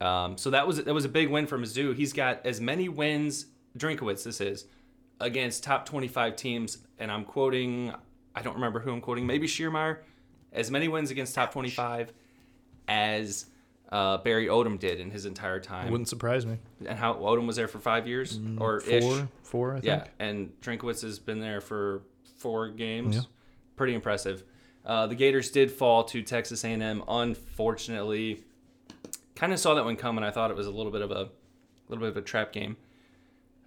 A: Um, so that was that was a big win for Mizzou. He's got as many wins Drinkwitz this is against top 25 teams, and I'm quoting I don't remember who I'm quoting, maybe Schiermeyer, as many wins against top 25 as uh, Barry Odom did in his entire time
B: Wouldn't surprise me.
A: and how Odom was there for five years or
B: Mm, Four,
A: ish.
B: four, I think.
A: Yeah, and Drinkwitz has been there for four games. Pretty impressive. Uh, the Gators did fall to Texas A&M, unfortunately. Kind of saw that one coming. I thought it was a little bit of a little bit of a trap game,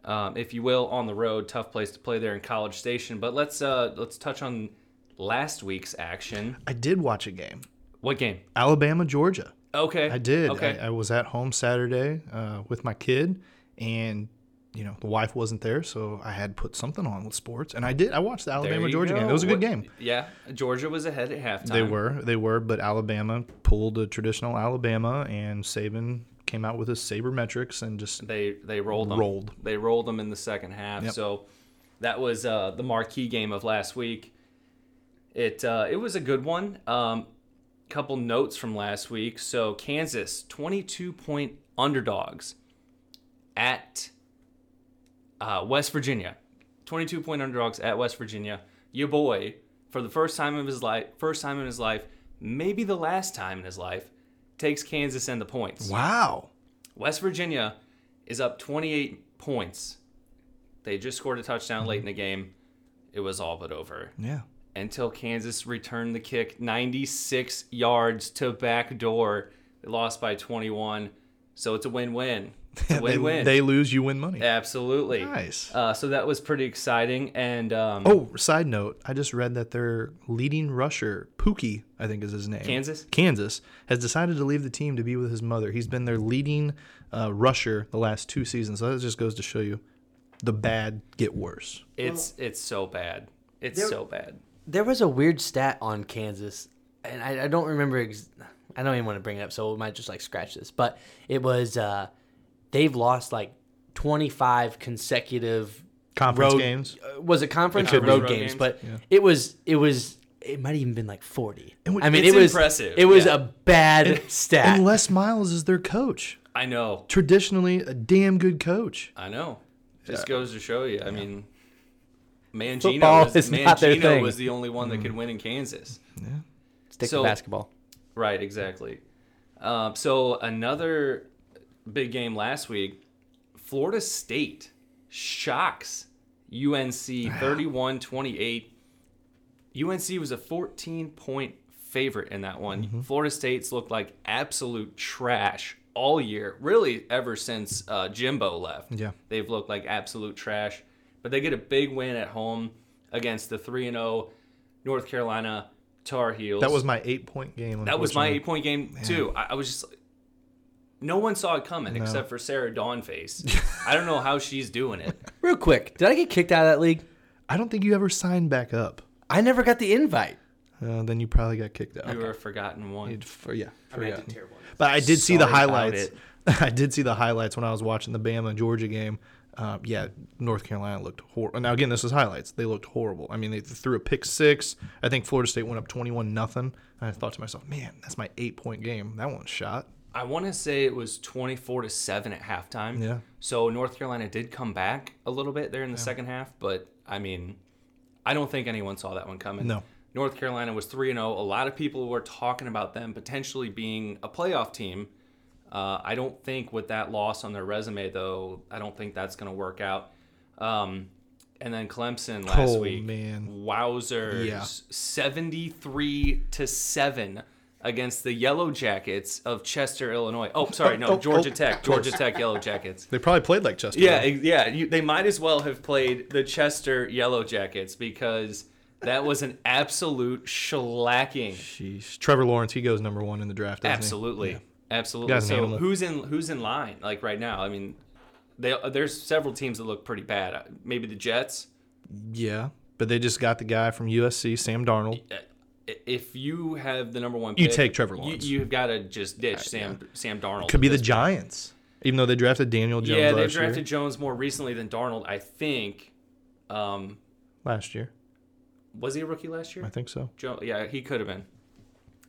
A: um, if you will, on the road. Tough place to play there in College Station. But let's uh, let's touch on last week's action.
B: I did watch a game.
A: What game?
B: Alabama, Georgia.
A: Okay,
B: I did.
A: Okay,
B: I, I was at home Saturday uh, with my kid, and you know the wife wasn't there, so I had put something on with sports, and I did. I watched the
A: There
B: Alabama
A: you
B: Georgia
A: go.
B: game. It was a good
A: What-
B: game.
A: Yeah, Georgia was ahead at halftime.
B: They were, they were, but Alabama pulled a traditional Alabama, and Saban came out with his saber metrics and just
A: they they rolled them.
B: Rolled.
A: They rolled them in the second half.
B: Yep.
A: So that was uh, the marquee game of last week. It uh, it was a good one. Um, couple notes from last week. So Kansas, twenty two point underdogs at uh, West Virginia. Twenty two point underdogs at West Virginia. Your boy, for the first time of his life, first time in his life, maybe the last time in his life, takes Kansas and the points.
B: wow.
A: West Virginia is up 28 points. They just scored a touchdown late in the game. It was all but over
B: Yeah.
A: until Kansas returned the kick 96 yards to backdoor. They lost by 21. So it's a win win.
B: <laughs> they,
A: Win win.
B: they lose, you win money.
A: Absolutely.
B: Nice.
A: Uh, so that was pretty exciting. And um,
B: Oh, side note, I just read that their leading rusher, Pookie, I think is his name.
A: Kansas?
B: Kansas has decided to leave the team to be with his mother. He's been their leading uh, rusher the last two seasons. So that just goes to show you the bad get worse.
A: it's, it's so bad. It's so bad.
C: There was a weird stat on Kansas, and I, I don't remember. Ex- I don't even want to bring it up, so we might just like scratch this. But it was uh, they've lost like twenty five consecutive
B: Conference
C: road-
B: games.
C: uh, was it conference or
A: Conference
C: road,
A: road
C: games?
A: games.
C: But it was it was it might even been like forty.
B: would-
C: I mean,
A: It's
C: it was
A: impressive,
C: It was
A: yeah.
C: a bad stat.
B: Unless Miles is their coach.
A: I know.
B: Traditionally, a damn good coach.
A: I know. Just goes to show you. I mean, Mangino,
C: Football
A: was,
C: is not their
A: Mangino
C: thing.
A: was the only one that could win in Kansas.
C: Stick
A: so-
C: to basketball.
A: Right, exactly. Um, so another big game last week, Florida State shocks UNC
C: <sighs>
A: 31-28. UNC was a 14-point favorite in that one.
C: Mm-hmm.
A: Florida State's looked like absolute trash all year, really ever since uh, Jimbo left.
B: Yeah.
A: They've looked like absolute trash, but they get a big win at home against the 3 and 0 North Carolina Tar Heels.
B: That was my eight point game.
A: That was my
B: unfortunately.
A: eight point game too. I, I was just no one saw it coming except for Sarah Dawnface. I don't know how she's doing
B: <laughs>
A: it.
C: Real quick, did I get kicked out of that league?
B: I don't think you ever signed back up.
C: I never got the invite.
B: Uh, then you probably got kicked out.
A: You were a forgotten one.
B: You'd For, yeah. forgotten.
C: terrible.
B: But I did see the
A: Sorry about
B: highlights.
A: it.
B: <laughs> I did see the highlights when I was watching the Bama Georgia game. Uh, yeah, North Carolina looked horrible. Now again, this is highlights. They looked horrible. I mean, they threw a pick six. I think Florida State went up twenty-one nothing. And I thought to myself, man, that's my eight-point game. That one's shot.
A: I want to say it was twenty four to seven at halftime.
B: Yeah.
A: So North Carolina did come back a little bit there in the second half, but I mean, I don't think anyone saw that one coming.
B: No.
A: North Carolina was 3 0. A lot of people were talking about them potentially being a playoff team. Uh, I don't think with that loss on their resume, though, I don't think that's going to work out. Um, and then Clemson last
B: Oh,
A: week,
B: man.
A: wowzers,
B: Yeah.
A: 73 to 7 against the Yellow Jackets of Chester, Illinois. Oh, sorry, no,
B: Oh, oh,
A: Georgia
B: oh.
A: Tech, Georgia Tech Yellow Jackets.
B: They probably played like
A: <laughs>
B: Chester.
A: Yeah,
B: though.
A: ex- yeah. You, they might as well have played the Chester Yellow Jackets because that was an absolute shellacking.
B: Sheesh. Trevor Lawrence, he goes number one in the draft. doesn't he?
A: Absolutely,
B: Yeah.
A: absolutely.
B: Guy's an
A: so
B: animal.
A: who's in who's in line like right now? I mean, they, there's several teams that look pretty bad. Uh, Maybe the Jets.
B: Yeah, but they just got the guy from USC, Sam Darnold.
A: Uh, i- If you have the number one,
B: You
A: pick,
B: take Trevor
A: you-
B: Lawrence.
A: You, have got to just ditch Sam Sam Darnold.
B: Could be the Giants, even though they drafted Daniel Jones
A: yeah, they
B: last,
A: drafted
B: year,
A: Jones more recently than Darnold, I think. Um,
B: last year.
A: was he a rookie last year?
B: I think so.
A: Joe, yeah, he could have been.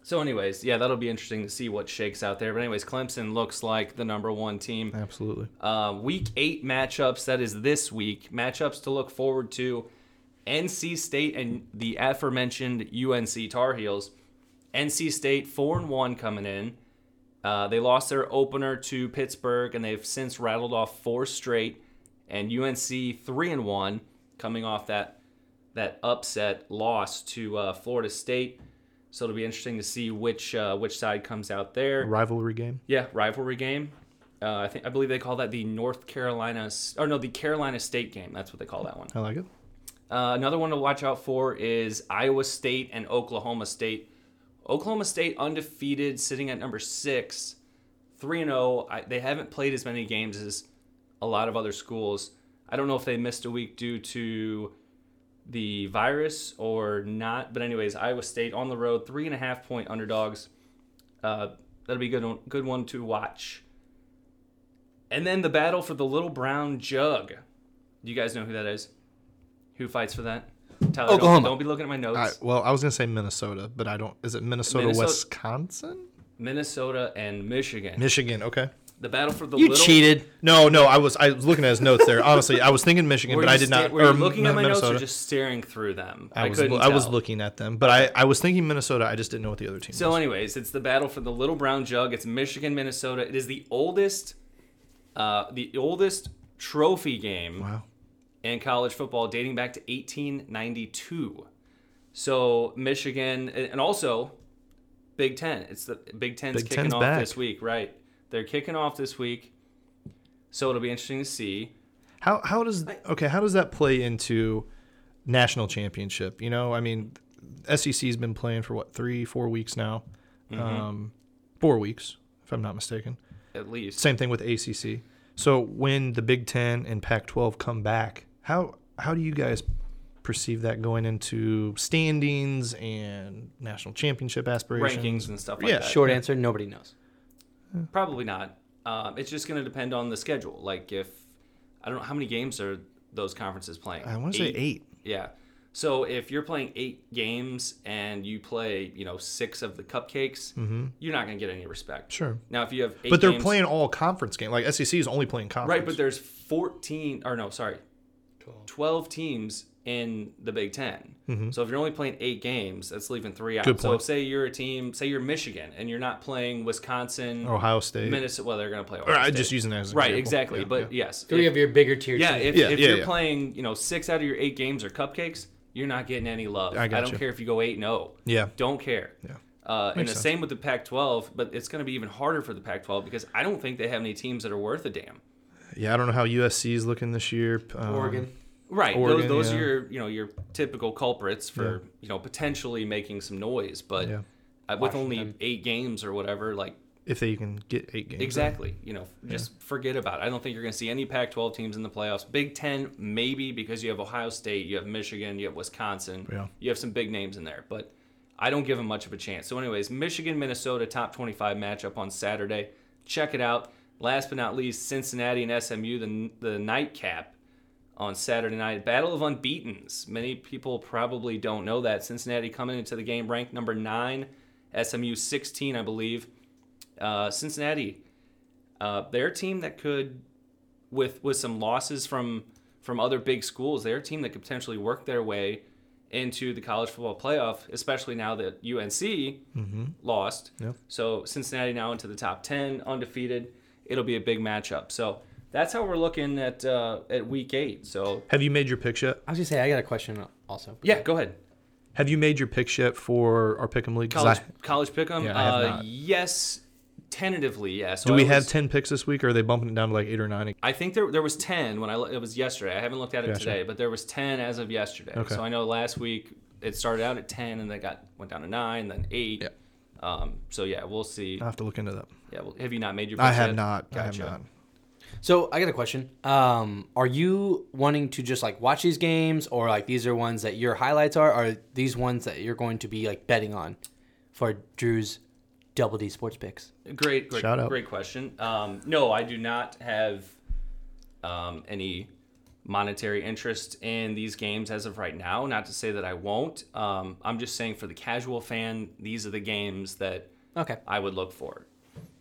A: So, anyways, yeah, that'll be interesting to see what shakes out there. But, anyways, Clemson looks like the number one team.
B: Absolutely.
A: Uh, week eight matchups, that is this week. Matchups to look forward to NC State and the aforementioned UNC Tar Heels. NC State, 4 and 1 coming in. Uh, they lost their opener to Pittsburgh, and they've since rattled off four straight. And UNC three and one, coming off that that upset loss to uh, Florida State. So it'll be interesting to see which uh, which side comes out there.
B: Rivalry game.
A: Yeah, rivalry game. Uh, I think I believe they call that the North Carolina, s- or no, the Carolina State game. That's what they call that one.
B: I like it.
A: Uh, another one to watch out for is Iowa State and Oklahoma State. Oklahoma State undefeated, sitting at number six, three and zero. They haven't played as many games as a lot of other schools. I don't know if they missed a week due to the virus or not, but anyways, Iowa State on the road, three and a half point underdogs. Uh, that'll be a good one, good one to watch. And then the battle for the little brown jug. Do you guys know who that is? Who fights for that? Tyler, don't-
C: Oklahoma.
A: Don't, be looking at my notes.
B: I, well, I was gonna say Minnesota, but I don't. Is it Minnesota,
A: Minnesota-
B: Wisconsin,
A: Minnesota and Michigan.
B: Michigan? Okay.
A: The battle for the
C: You
A: little.
C: cheated.
B: No, no, I was I was looking at his notes there. Honestly, I was thinking Michigan,
A: Were
B: but
A: you
B: I did
A: sta-
B: not.
A: Were you
B: or
A: looking
B: Mi-
A: at my notes or
B: Minnesota.
A: just staring through them? I,
B: I was
A: couldn't.
B: I was
A: tell.
B: looking at them, but I, I was thinking Minnesota. I just didn't know what the other team
A: So,
B: was.
A: anyways, it's the battle for the little brown jug. It's Michigan, Minnesota. It is the oldest, uh, the oldest trophy game
B: Wow.
A: in college football, dating back to 1892. So Michigan, and and also Big Ten. It's the Big Ten's
B: Big
A: kicking
B: Ten's
A: off
B: back.
A: this week, right? They're kicking off this week, so it'll be interesting to see.
B: How how does okay? How does that play into national championship? You know, I mean, SEC's been playing for what three, four weeks now,
A: Mm-hmm.
B: um, four weeks if I'm not mistaken.
A: At least
B: Same thing with ACC. So when the Big Ten and Pac-12 come back, how how do you guys perceive that going into standings and national championship aspirations?
A: rankings and stuff like
B: Yeah,
A: that.
B: sure.
C: Short answer, nobody knows.
A: Probably not. Um, it's just going to depend on the schedule. Like if I don't know how many games are those conferences playing.
B: I want to say eight.
A: Yeah. So if you're playing eight games and you play, you know, six of the cupcakes, you're not going to get any respect.
B: Mm-hmm. Sure.
A: Now if you have, eight
B: But they're
A: games-
B: playing all conference games. Like SEC is only playing conference.
A: right. But there's 14 or no, sorry, 12, teams in the Big 10 So if you're only playing eight games, that's leaving three out.
B: Mm-hmm. Good
A: So
B: point.
A: say you're a team, say you're Michigan, and you're not playing Wisconsin,
B: Ohio State.
A: Minnesota. Well, they're going to play.
B: Or
A: Ohio
B: I'm
A: State.
B: just using that as an
A: Right,
B: example.
A: exactly.
B: Yeah,
A: but
B: yeah.
A: yes,
C: Three
A: if,
C: of your bigger tier.
A: yeah,
C: teams.
A: if,
B: Yeah,
A: if
B: yeah,
A: you're
B: yeah.
A: playing, you know, six out of your eight games are cupcakes, you're not getting any love.
B: I
A: don't
B: gotcha.
A: care if you go eight and zero.
B: Yeah.
A: don't care.
B: Yeah.
A: Uh, and
B: Makes
A: the
B: sense.
A: same with the Pac-12, but it's going to be even harder for the Pac-12 because I don't think they have any teams that are worth a damn.
B: Yeah, I don't know how USC is looking this year. Um,
C: Oregon.
A: Right.
B: Oregon,
A: those those
B: yeah.
A: are your you know your typical culprits for you know potentially making some noise, but
B: Yeah.
A: uh, with only eight games or whatever, like
B: If they can get eight games. in.
A: Exactly. You know, just forget about it. I don't think you're going to see any Pac 12 teams in the playoffs. Big 10, maybe, because you have Ohio State, you have Michigan, you have Wisconsin.
B: Yeah.
A: You have some big names in there, but I don't give them much of a chance. So, anyways, Michigan Minnesota top 25 matchup on Saturday. Check it out. Last but not least, Cincinnati and SMU, the, the nightcap on Saturday night. Battle of Unbeatens. Many people probably don't know that. Cincinnati coming into the game ranked number nine, SMU 16, I believe. Uh, Cincinnati, uh, they're a team that could, with with some losses from from other big schools, they're a team that could potentially work their way into the college football playoff, especially now that UNC lost.
B: Mm-hmm. Yep.
A: So Cincinnati now into the top ten, undefeated. It'll be a big matchup. So that's how we're looking at uh, at week eight. So
B: Have you made your picks yet?
C: I was gonna say I got a question also.
A: yeah, go ahead.
B: Have you made your picks yet for our pick'em league? 'Cause
A: College
B: I-
A: college pick'em.
B: Yeah, I have
A: uh,
B: not.
A: yes, tentatively, yes.
B: do we have ten picks this week, or are they bumping it down to like eight or nine?
A: I think there there was ten when I lo- it was yesterday. I haven't looked at it
B: Gotcha.
A: today, but there was ten as of yesterday.
B: Okay.
A: So I know last week it started out at ten and then got went down to nine, then eight.
B: Yeah.
A: Um, so yeah, we'll see.
B: I have to look into that.
A: Yeah, well, have you not made your?
B: I
A: picks
B: have
A: yet?
B: not. I have
A: Gotcha.
B: not.
C: So I got a question. Um, are you wanting to just like watch these games, or like these are ones that your highlights are? Are these ones that you're going to be like betting on for Drew's Double D Sports picks?
A: Great, great,
B: Shout out.
A: great question. Um, no, I do not have um, any monetary interest in these games as of right now. Not to say that I won't. Um, I'm just saying for the casual fan, these are the games that
C: Okay.
A: I would look for.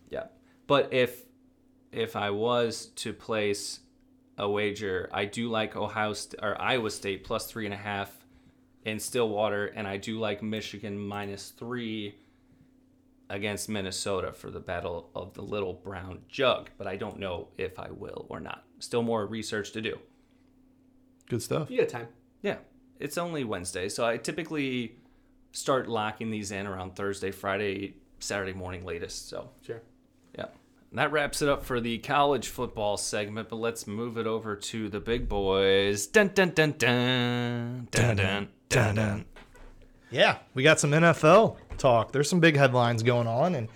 A: Yeah, but if if I was to place a wager, I do like Ohio St- or Iowa State plus three and a half in Stillwater, and I do like Michigan minus three against Minnesota for the Battle of the Little Brown Jug. But I don't know if I will or not. Still more research to do.
B: Good stuff.
C: You got time.
A: Yeah, it's only Wednesday, so I typically start locking these in around Thursday, Friday, Saturday morning latest. So.
C: Sure.
A: Yeah. And That wraps it up for the college football segment, but let's move it over to the big boys. Dun dun dun dun dun dun dun. dun.
B: Yeah, we got some NFL talk. There's some big headlines going on, and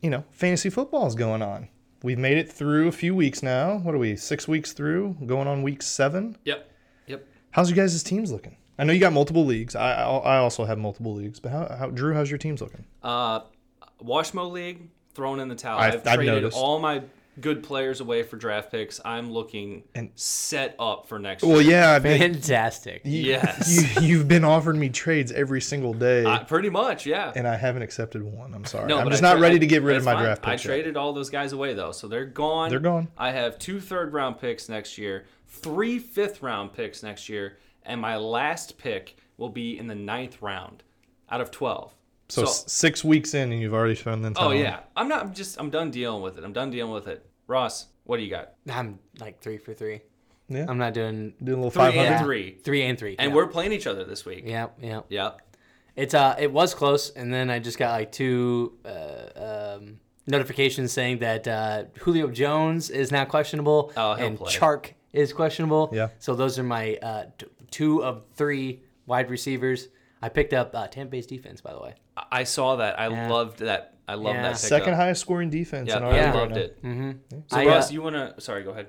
B: you know, fantasy football's going on. We've made it through a few weeks now. What are we? Six weeks through, going on week seven.
A: Yep. Yep.
B: How's your guys' teams looking? I know you got multiple leagues. I I I also have multiple leagues, but how, how Drew, how's your teams looking?
A: Uh, Washmo League thrown in the towel.
B: I've-
A: I've,
B: I've
A: traded
B: noticed.
A: all my good players away for draft picks. I'm looking
B: And-
A: set up for next
B: Well,
A: year.
B: yeah,
A: <laughs>
B: I mean,
C: Fantastic.
B: you,
A: Yes.
B: you, you've been offering me trades every single day,
A: Uh, pretty much, yeah.
B: and I haven't accepted one. I'm sorry. I'm
A: but
B: just
A: I
B: not
A: tra-
B: ready
A: I-
B: to get rid of
A: that's
B: my
A: fine.
B: draft
A: I
B: picks. yet.
A: traded all those guys away though, so they're gone.
B: They're gone.
A: I have two third round picks next year, three fifth round picks next year, and my last pick will be in the ninth round out of twelve.
B: so, s- six weeks in, and you've already spent the time.
A: oh yeah, I'm not. I'm just. I'm done dealing with it. I'm done dealing with it. Ross, what do you got?
C: I'm like three for three.
B: Yeah.
C: I'm not doing
B: doing a little
A: Three
B: five
A: and
B: hundred.
A: three,
C: three and three.
A: and
C: yeah.
A: we're playing each other this week.
C: Yep. Yep.
A: Yep.
C: It's uh, it was close, and then I just got like two uh, um, notifications saying that uh, Julio Jones is now questionable,
A: Oh, he'll
C: and
A: play.
C: Chark is questionable.
B: Yeah.
C: So those are my uh, t- two of three wide receivers. I picked up uh, Tampa Bay's defense, by the way.
A: I- I saw that. I
C: Yeah.
A: loved that. I loved
C: Yeah.
A: that. Pickup.
B: Second highest scoring defense
A: Yeah,
B: in
A: I
B: our league.
A: loved
B: right
A: it.
C: Mm-hmm.
A: So
C: I,
A: Ross,
C: uh,
A: you wanna? Sorry, go ahead.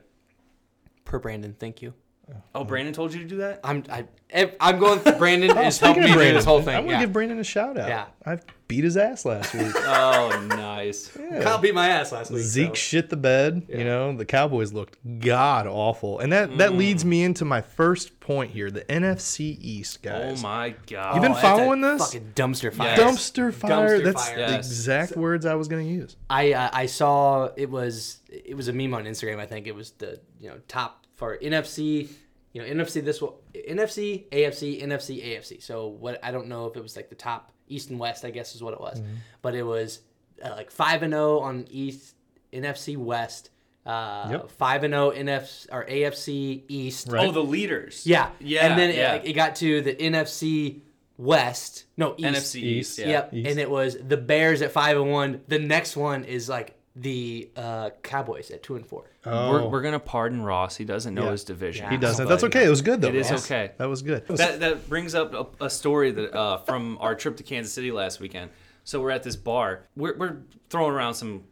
C: per Brandon, thank you. Mm-hmm.
A: Oh, Brandon told you to do that.
C: I'm I, ev- I'm going. For Brandon
B: <laughs> now. I was
C: is helping
B: thinking
C: me
B: Oh, of Brandon.
C: through this whole
B: I'm
C: thing.
B: gonna
C: Yeah.
B: give Brandon a shout out.
C: Yeah.
B: I beat his ass last
C: <laughs>
B: week.
A: Oh, <laughs> nice.
C: Kyle beat my ass last week.
B: Zeke
C: so-
B: shit the bed. You know the Cowboys looked god awful, and that
A: Mm.
B: that leads me into my first point here: the NFC East
A: Oh
B: guys.
A: my god.
B: You've been
C: Oh, that's a
B: following this?
C: Fucking dumpster fire.
A: Yes.
B: Dumpster fire.
C: Dumpster
B: That's
C: fire.
B: the
A: Yes.
B: exact words I was gonna use.
C: I uh, I saw it was it was a meme on Instagram. I think it was the you know top for NFC, you know NFC this will NFC AFC NFC AFC. So what I don't know if it was like the top East and West. I guess is what it was,
B: Mm-hmm.
C: but it was uh, like five and zero on East NFC West, uh,
B: Yep.
C: five and zero NFC or AFC East.
B: Right.
A: Oh, the leaders.
C: Yeah,
A: Yeah.
C: And then uh, it,
A: yeah.
C: like, it got to the NFC West. No East.
A: NFC East.
B: East.
A: Yeah.
C: Yep.
B: East.
C: And it was the Bears at five and one. The next one is like the uh, Cowboys at two and four.
B: Oh,
A: We're, we're gonna pardon Ross. He doesn't know
B: Yeah.
A: his division.
B: he doesn't.
A: But-
B: That's okay. It was good though.
A: It is
B: Ross.
A: okay.
B: That was good.
A: That, that brings up a, a story that uh, from our trip to Kansas City last weekend. So we're at this bar. We're, we're throwing around some,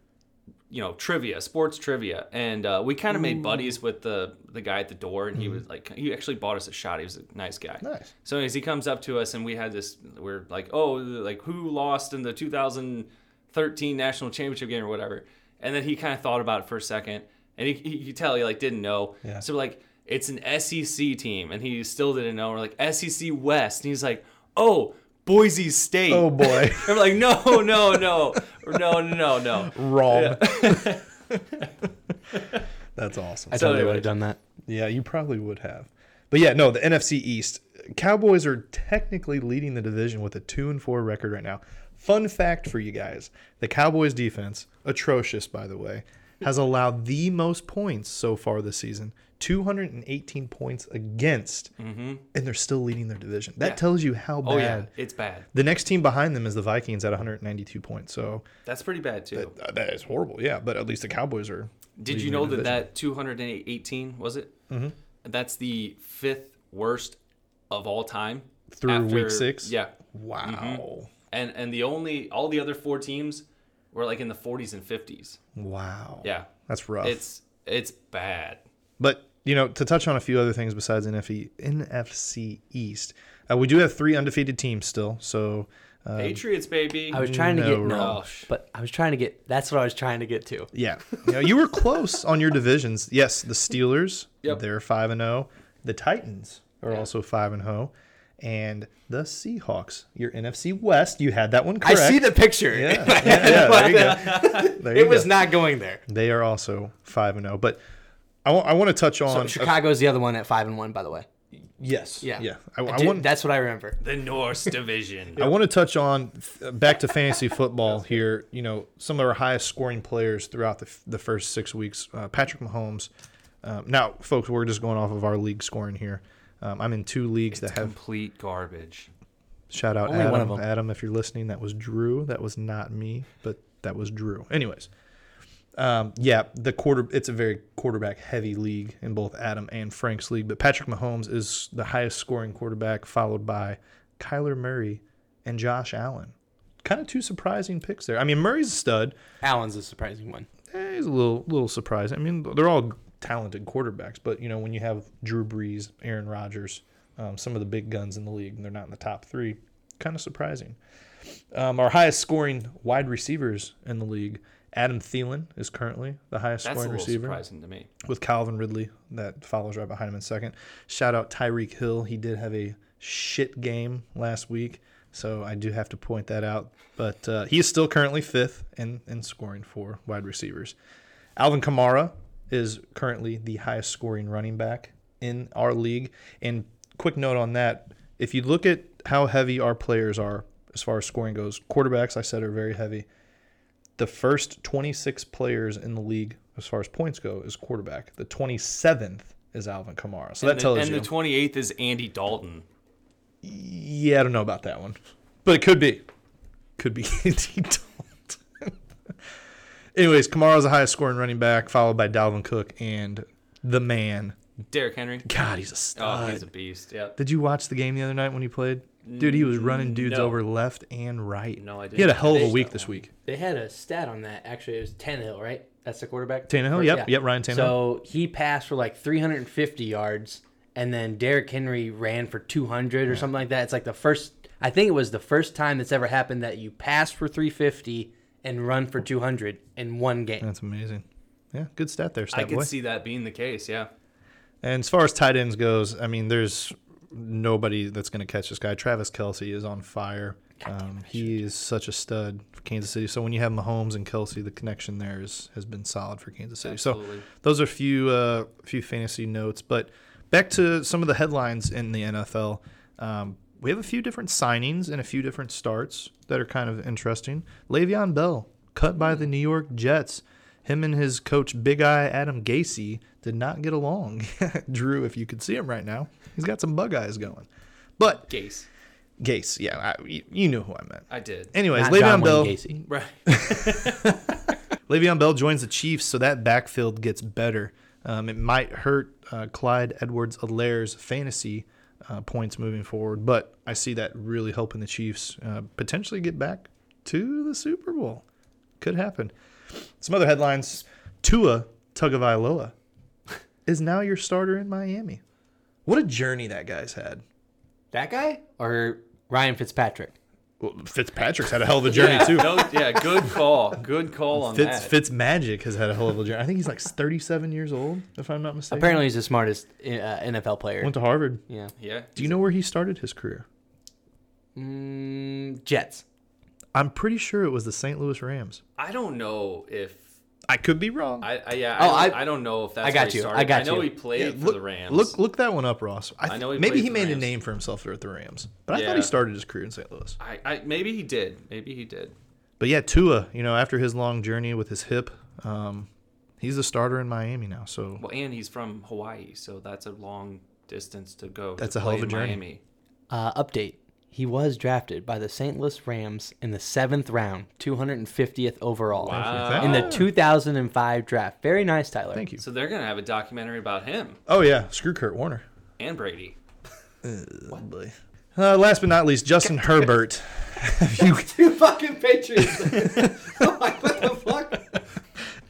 A: you know, trivia, sports trivia, and uh, we kind of made buddies with the the guy at the door, and he was like, he actually bought us a shot. He was a nice guy.
B: Mm-hmm. Nice.
A: So anyways, he comes up to us, and we had this. We're like, oh, like who lost in the 2013 national championship game or whatever? And then he kind of thought about it for a second, and he, he you could tell he like didn't know.
B: Yeah.
A: So like it's an SEC team, and he still didn't know. We're like SEC West, and he's like, oh, Boise State.
B: oh boy,
A: And <laughs> we're like, no, no, no, no, no, no, no.
B: <laughs> wrong. <laughs> That's awesome.
A: So anyway,
C: done that.
B: Yeah, you probably would have. But yeah, no, the NFC East Cowboys are technically leading the division with a two and four record right now. Fun fact for you guys: the Cowboys' defense, atrocious by the way, has allowed the most points so far this season. 218 points against, and they're still leading their division. That tells you how bad.
A: Oh yeah, it's bad.
B: The next team behind them is the Vikings at 192 points. So
A: That's pretty bad too.
B: uh, that is horrible. Yeah, but at least the Cowboys are.
A: Did you
B: leading
A: know
B: the
A: that
B: division.
A: that 218 was it? Mm-hmm. That's the fifth worst of all time
B: Through week
A: after-
B: six?
A: Yeah,
B: Wow.
C: Mm-hmm.
A: and and the only all the other four teams were like in the 40s and 50s.
B: Wow.
A: Yeah,
B: That's rough.
A: it's it's bad.
B: but you know, to touch on a few other things besides NFE, NFC East, uh, we do have three undefeated teams still. So uh,
A: Patriots, baby.
C: I was trying to
B: No,
C: get no,
A: Roush.
C: but I was trying to get. That's what I was trying to get to.
B: yeah, you, know, you were close on your divisions. Yes, the Steelers,
A: Yep.
B: they're five and zero. The Titans are also five and zero, and the Seahawks. Your NFC West, you had that one correct.
C: I see the picture. <laughs> uh,
B: Yeah, <laughs> yeah, yeah, there you go. There you
C: it was
B: go.
C: not going there.
B: They are also five and zero, but I want to touch on
C: Chicago's the other one at five and one, by the way.
B: yes,
C: Yeah,
B: yeah. I,
C: Dude,
B: want
C: that's what I remember.
A: the Norse
B: <laughs>
A: division.
B: I want to touch on uh, back to fantasy <laughs> football here. You know, some of our highest scoring players throughout the, f- the first six weeks. Uh, Patrick Mahomes. Um, now, folks, we're just going off of our league scoring here. Um, I'm in two leagues that have
A: Complete garbage.
B: Shout out
C: Only
B: Adam.
C: one of 'em.
B: Adam, if you're listening, that was Drew. That was not me, but that was Drew. Anyways, um, yeah, the quarter. It's a very quarterback heavy league in both Adam and Frank's league. But Patrick Mahomes is the highest scoring quarterback, followed by Kyler Murray and Josh Allen. Kind of two surprising picks there. I mean, Murray's a stud.
C: Allen's a surprising one.
B: Eh, he's a little little surprising. I mean, they're all talented quarterbacks, but you know when you have Drew Brees, Aaron Rodgers, um, some of the big guns in the league, and they're not in the top three, kind of surprising. Um, our highest scoring wide receivers in the league, Adam Thielen is currently the highest
A: That's a
B: scoring
A: little
B: receiver
A: surprising to me.
B: with Calvin Ridley that follows right behind him in second. Shout out Tyreek Hill. He did have a shit game last week, so I do have to point that out. But uh, he is still currently fifth in, in scoring for wide receivers. Alvin Kamara is currently the highest scoring running back in our league. And quick note on that if you look at how heavy our players are as far as scoring goes, quarterbacks, I said, are very heavy the first 26 players in the league as far as points go is quarterback. The 27th is Alvin Kamara. So that
A: and the,
B: tells
A: and
B: you.
A: the 28th is Andy Dalton.
B: yeah, I don't know about that one, but it could be. Could be <laughs> Andy Dalton. Anyways, Kamara's the highest scoring running back, followed by Dalvin Cook and the man.
A: Derrick Henry.
B: God, he's a
A: Oh,
B: stud.
A: he's a beast. Yeah.
B: Did you watch the game the other night when he played? Dude, he was running dudes
A: No.
B: over left and right.
A: No, I
B: He had a
A: didn't.
B: hell of a
C: They-
B: week this week.
C: They had a stat on that. Actually, it was Tannehill, right? That's the quarterback.
B: Tannehill,
C: Or-
B: yep, yep, Ryan Tannehill.
C: So he passed for like 350 yards, and then Derrick Henry ran for 200 or something like that. It's like the first. I think it was the first time that's ever happened that you pass for 350 and run for 200 in one game.
B: That's amazing. Yeah, good stat there, stat
A: I
B: boy.
A: could see that being the case. Yeah.
B: And as far as tight ends goes, I mean, there's nobody that's going to catch this guy. Travis Kelsey is on fire. Um, he is such a stud for Kansas City. So when you have Mahomes and Kelsey, the connection there is, has been solid for Kansas City. So
A: Absolutely.
B: those are a few uh, few fantasy notes. But back to some of the headlines in the NFL. Um, we have a few different signings and a few different starts that are kind of interesting. Le'Veon Bell cut by the New York Jets. Him and his coach, Big Eye Adam Gacy, did not get along. <laughs> Drew, if you could see him right now, he's got some bug eyes going. But
A: Gase.
B: Gase, yeah, I, you you knew who I meant.
A: I did.
B: Anyways,
C: Not
B: Le'Veon
C: John Wayne
B: Bell.
C: Gacy.
A: Right.
B: Le'Veon Bell joins the Chiefs, so that backfield gets better. Um, it might hurt uh, Clyde Edwards Alaire's fantasy uh, points moving forward, but I see that really helping the Chiefs uh, potentially get back to the Super Bowl. Could happen. Some other headlines Tua Tagovailoa <laughs> is now your starter in Miami. What a journey that guy's had.
C: That guy or Ryan Fitzpatrick.
B: Well, Fitzpatrick's had a hell of a journey,
A: yeah,
B: too.
A: no- yeah, good call. Good call on
B: Fitz,
A: that.
B: Fitz Magic has had a hell of a journey. I think he's like 37 years old, if I'm not mistaken.
C: Apparently, he's the smartest uh, NFL player.
B: Went to Harvard.
C: Yeah.
A: Yeah.
B: Do you know where he started his career?
C: Mm, Jets. Mm,
B: I'm pretty sure it was the St. Louis Rams.
A: I don't know if
B: I could be wrong.
A: I, I yeah.
C: Oh,
A: I, don't,
C: I-
A: I, don't know if that's
C: I got
A: where he
C: you. I
A: started.
C: got
A: I know
C: you.
A: he played
B: Yeah,
A: for
B: look,
A: the Rams.
B: look look that one up, Ross. I, th-
A: know he
B: maybe
A: played
B: he
A: for the
B: made a
A: Rams.
B: name for himself there at the Rams, but I thought
A: Yeah.
B: he started his career in St. Louis.
A: I, I maybe he did. Maybe he did.
B: But yeah, Tua, you know, after his long journey with his hip, um, he's a starter in Miami now. So
A: Well, and he's from Hawaii, so that's a long distance to go.
B: That's
A: to
B: a hell
A: play
B: of a
A: in
B: journey.
A: Miami.
C: Uh, update. He was drafted by the St. Louis Rams in the seventh round, 250th overall
A: Wow.
C: in the
B: Ah.
C: 2005 draft. Very nice, Tyler.
B: thank you.
A: So they're gonna have a documentary about him
B: Oh yeah, screw Kurt Warner.
A: and Brady.
B: Uh, last but not
A: <laughs>
B: least, Justin Herbert. <laughs> Have you-
C: Two fucking Patriots. <laughs> I'm like, what the fuck?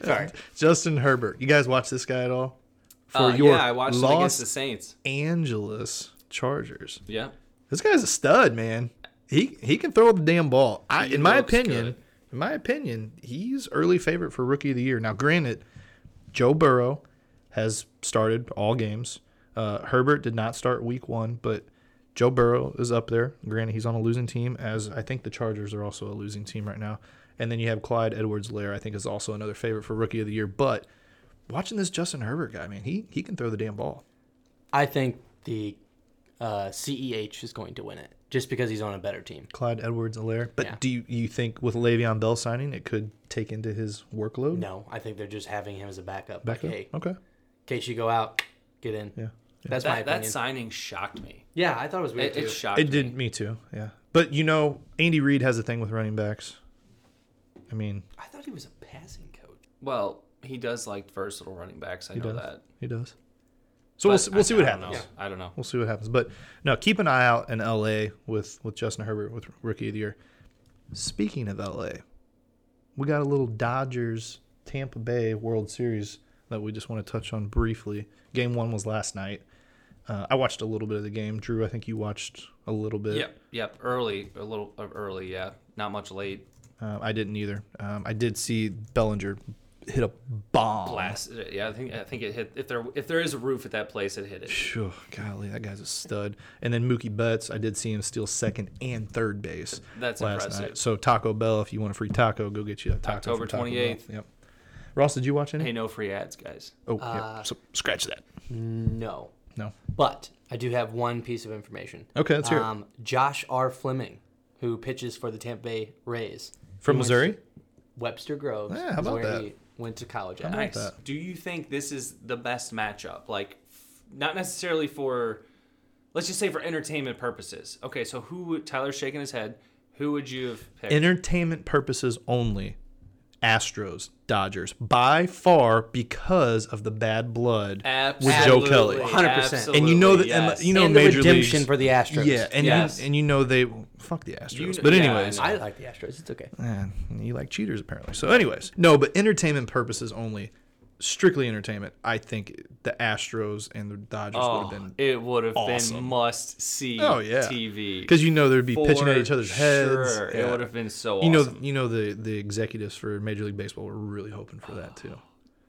C: Sorry.
B: Justin Herbert. You guys watch this guy at all? For
A: Uh,
B: your
A: yeah, I watched him against
B: Los
A: the Saints.
B: Angeles Chargers.
A: Yeah.
B: This guy's a stud, man. He he can throw the damn ball. I,
A: He
B: in my
A: looks
B: opinion,
A: good.
B: in my opinion, he's early favorite for rookie of the year. Now, granted, Joe Burrow has started all games. Uh, Herbert did not start week one, but Joe Burrow is up there. Granted, he's on a losing team, as I think the Chargers are also a losing team right now. And then you have Clyde Edwards Lair, I think is also another favorite for rookie of the year. But watching this Justin Herbert guy, man, he he can throw the damn ball.
C: I think the uh, CEH is going to win it just because he's on a better team.
B: Clyde Edwards Alaire. But
C: Yeah.
B: do you, you think with Le'Veon Bell signing, it could take into his workload?
C: No, I think they're just having him as a backup.
B: Back
C: like,
B: up?
C: hey, in
B: Okay.
C: case you go out, get in.
B: Oh. Yeah.
C: That's my
A: That,
C: opinion.
A: that signing shocked me.
C: yeah, I thought it was weird
A: It,
C: too.
A: it shocked
B: It
A: me.
B: did me too. Yeah. But you know, Andy Reid has a thing with running backs. I mean,
C: I thought he was a passing coach.
A: Well, he does like versatile running backs. I know
B: does.
A: that.
B: he does. So we'll,
A: But
B: s- we'll
A: I-
B: see what
A: I don't
B: happens.
A: know. I don't know.
B: We'll see what happens. But no, keep an eye out in LA with with Justin Herbert with rookie of the year. Speaking of LA, we got a little Dodgers Tampa Bay World Series that we just want to touch on briefly. Game one was last night. Uh, I watched a little bit of the game. Drew, I think you watched a little bit.
A: Yep, yep. Early, a little uh, early. Yeah, not much late.
B: Uh, I didn't either. Um, I did see Bellinger hit a bomb.
A: Blasted it. Yeah, I think I think it hit. If there if there is a roof at that place, it hit it.
B: Phew, golly, that guy's a stud. And then Mookie Betts, I did see him steal second and third base
A: That's
B: last
A: impressive.
B: night. So Taco Bell, if you want a free taco, go get you a taco.
A: October
B: from Taco Bell.
A: 28th.
B: Yep. Ross, did you watch any?
A: Hey, uh, no free ads, guys.
B: oh, yeah. So scratch that.
C: No.
B: No.
C: But I do have one piece of information.
B: Okay, let's hear it.
C: Um, Josh R. Fleming, who pitches for the Tampa Bay Rays.
B: From
C: He went
B: Missouri.
C: to Webster Groves
B: Yeah, how
C: is
B: about
C: where
B: that?
C: he went to college at.
A: Nice.
B: that.
A: Do you think this is the best matchup? Like, f- not necessarily for, let's just say for entertainment purposes. Okay, so who would Tyler's shaking his head? Who would you have picked?
B: Entertainment purposes only. Astros, Dodgers, by far because of the bad blood with Joe
A: Absolutely,
B: Kelly.
C: 100%.
B: And you know that
A: yes.
B: you know
C: And the
B: major
C: redemption
B: leagues.
C: for the Astros.
B: Yeah, and
A: Yes.
B: you, and you know they fuck the Astros.
A: You-
B: but
A: yeah, I
B: anyways,
A: know.
C: I like the Astros. It's okay.
B: Eh, you like cheaters apparently. So, anyways, no, but entertainment purposes only, strictly entertainment. I think the Astros and the Dodgers
A: Oh,
B: would have been
A: it would have
B: awesome.
A: been must see
B: oh yeah
A: TV.
B: because you know there'd be pitching at
A: For
B: each other's heads.
A: Sure.
B: Yeah.
A: It would have been so
B: you know
A: awesome.
B: you know the the executives for Major League Baseball were really hoping for
A: <sighs>
B: that too.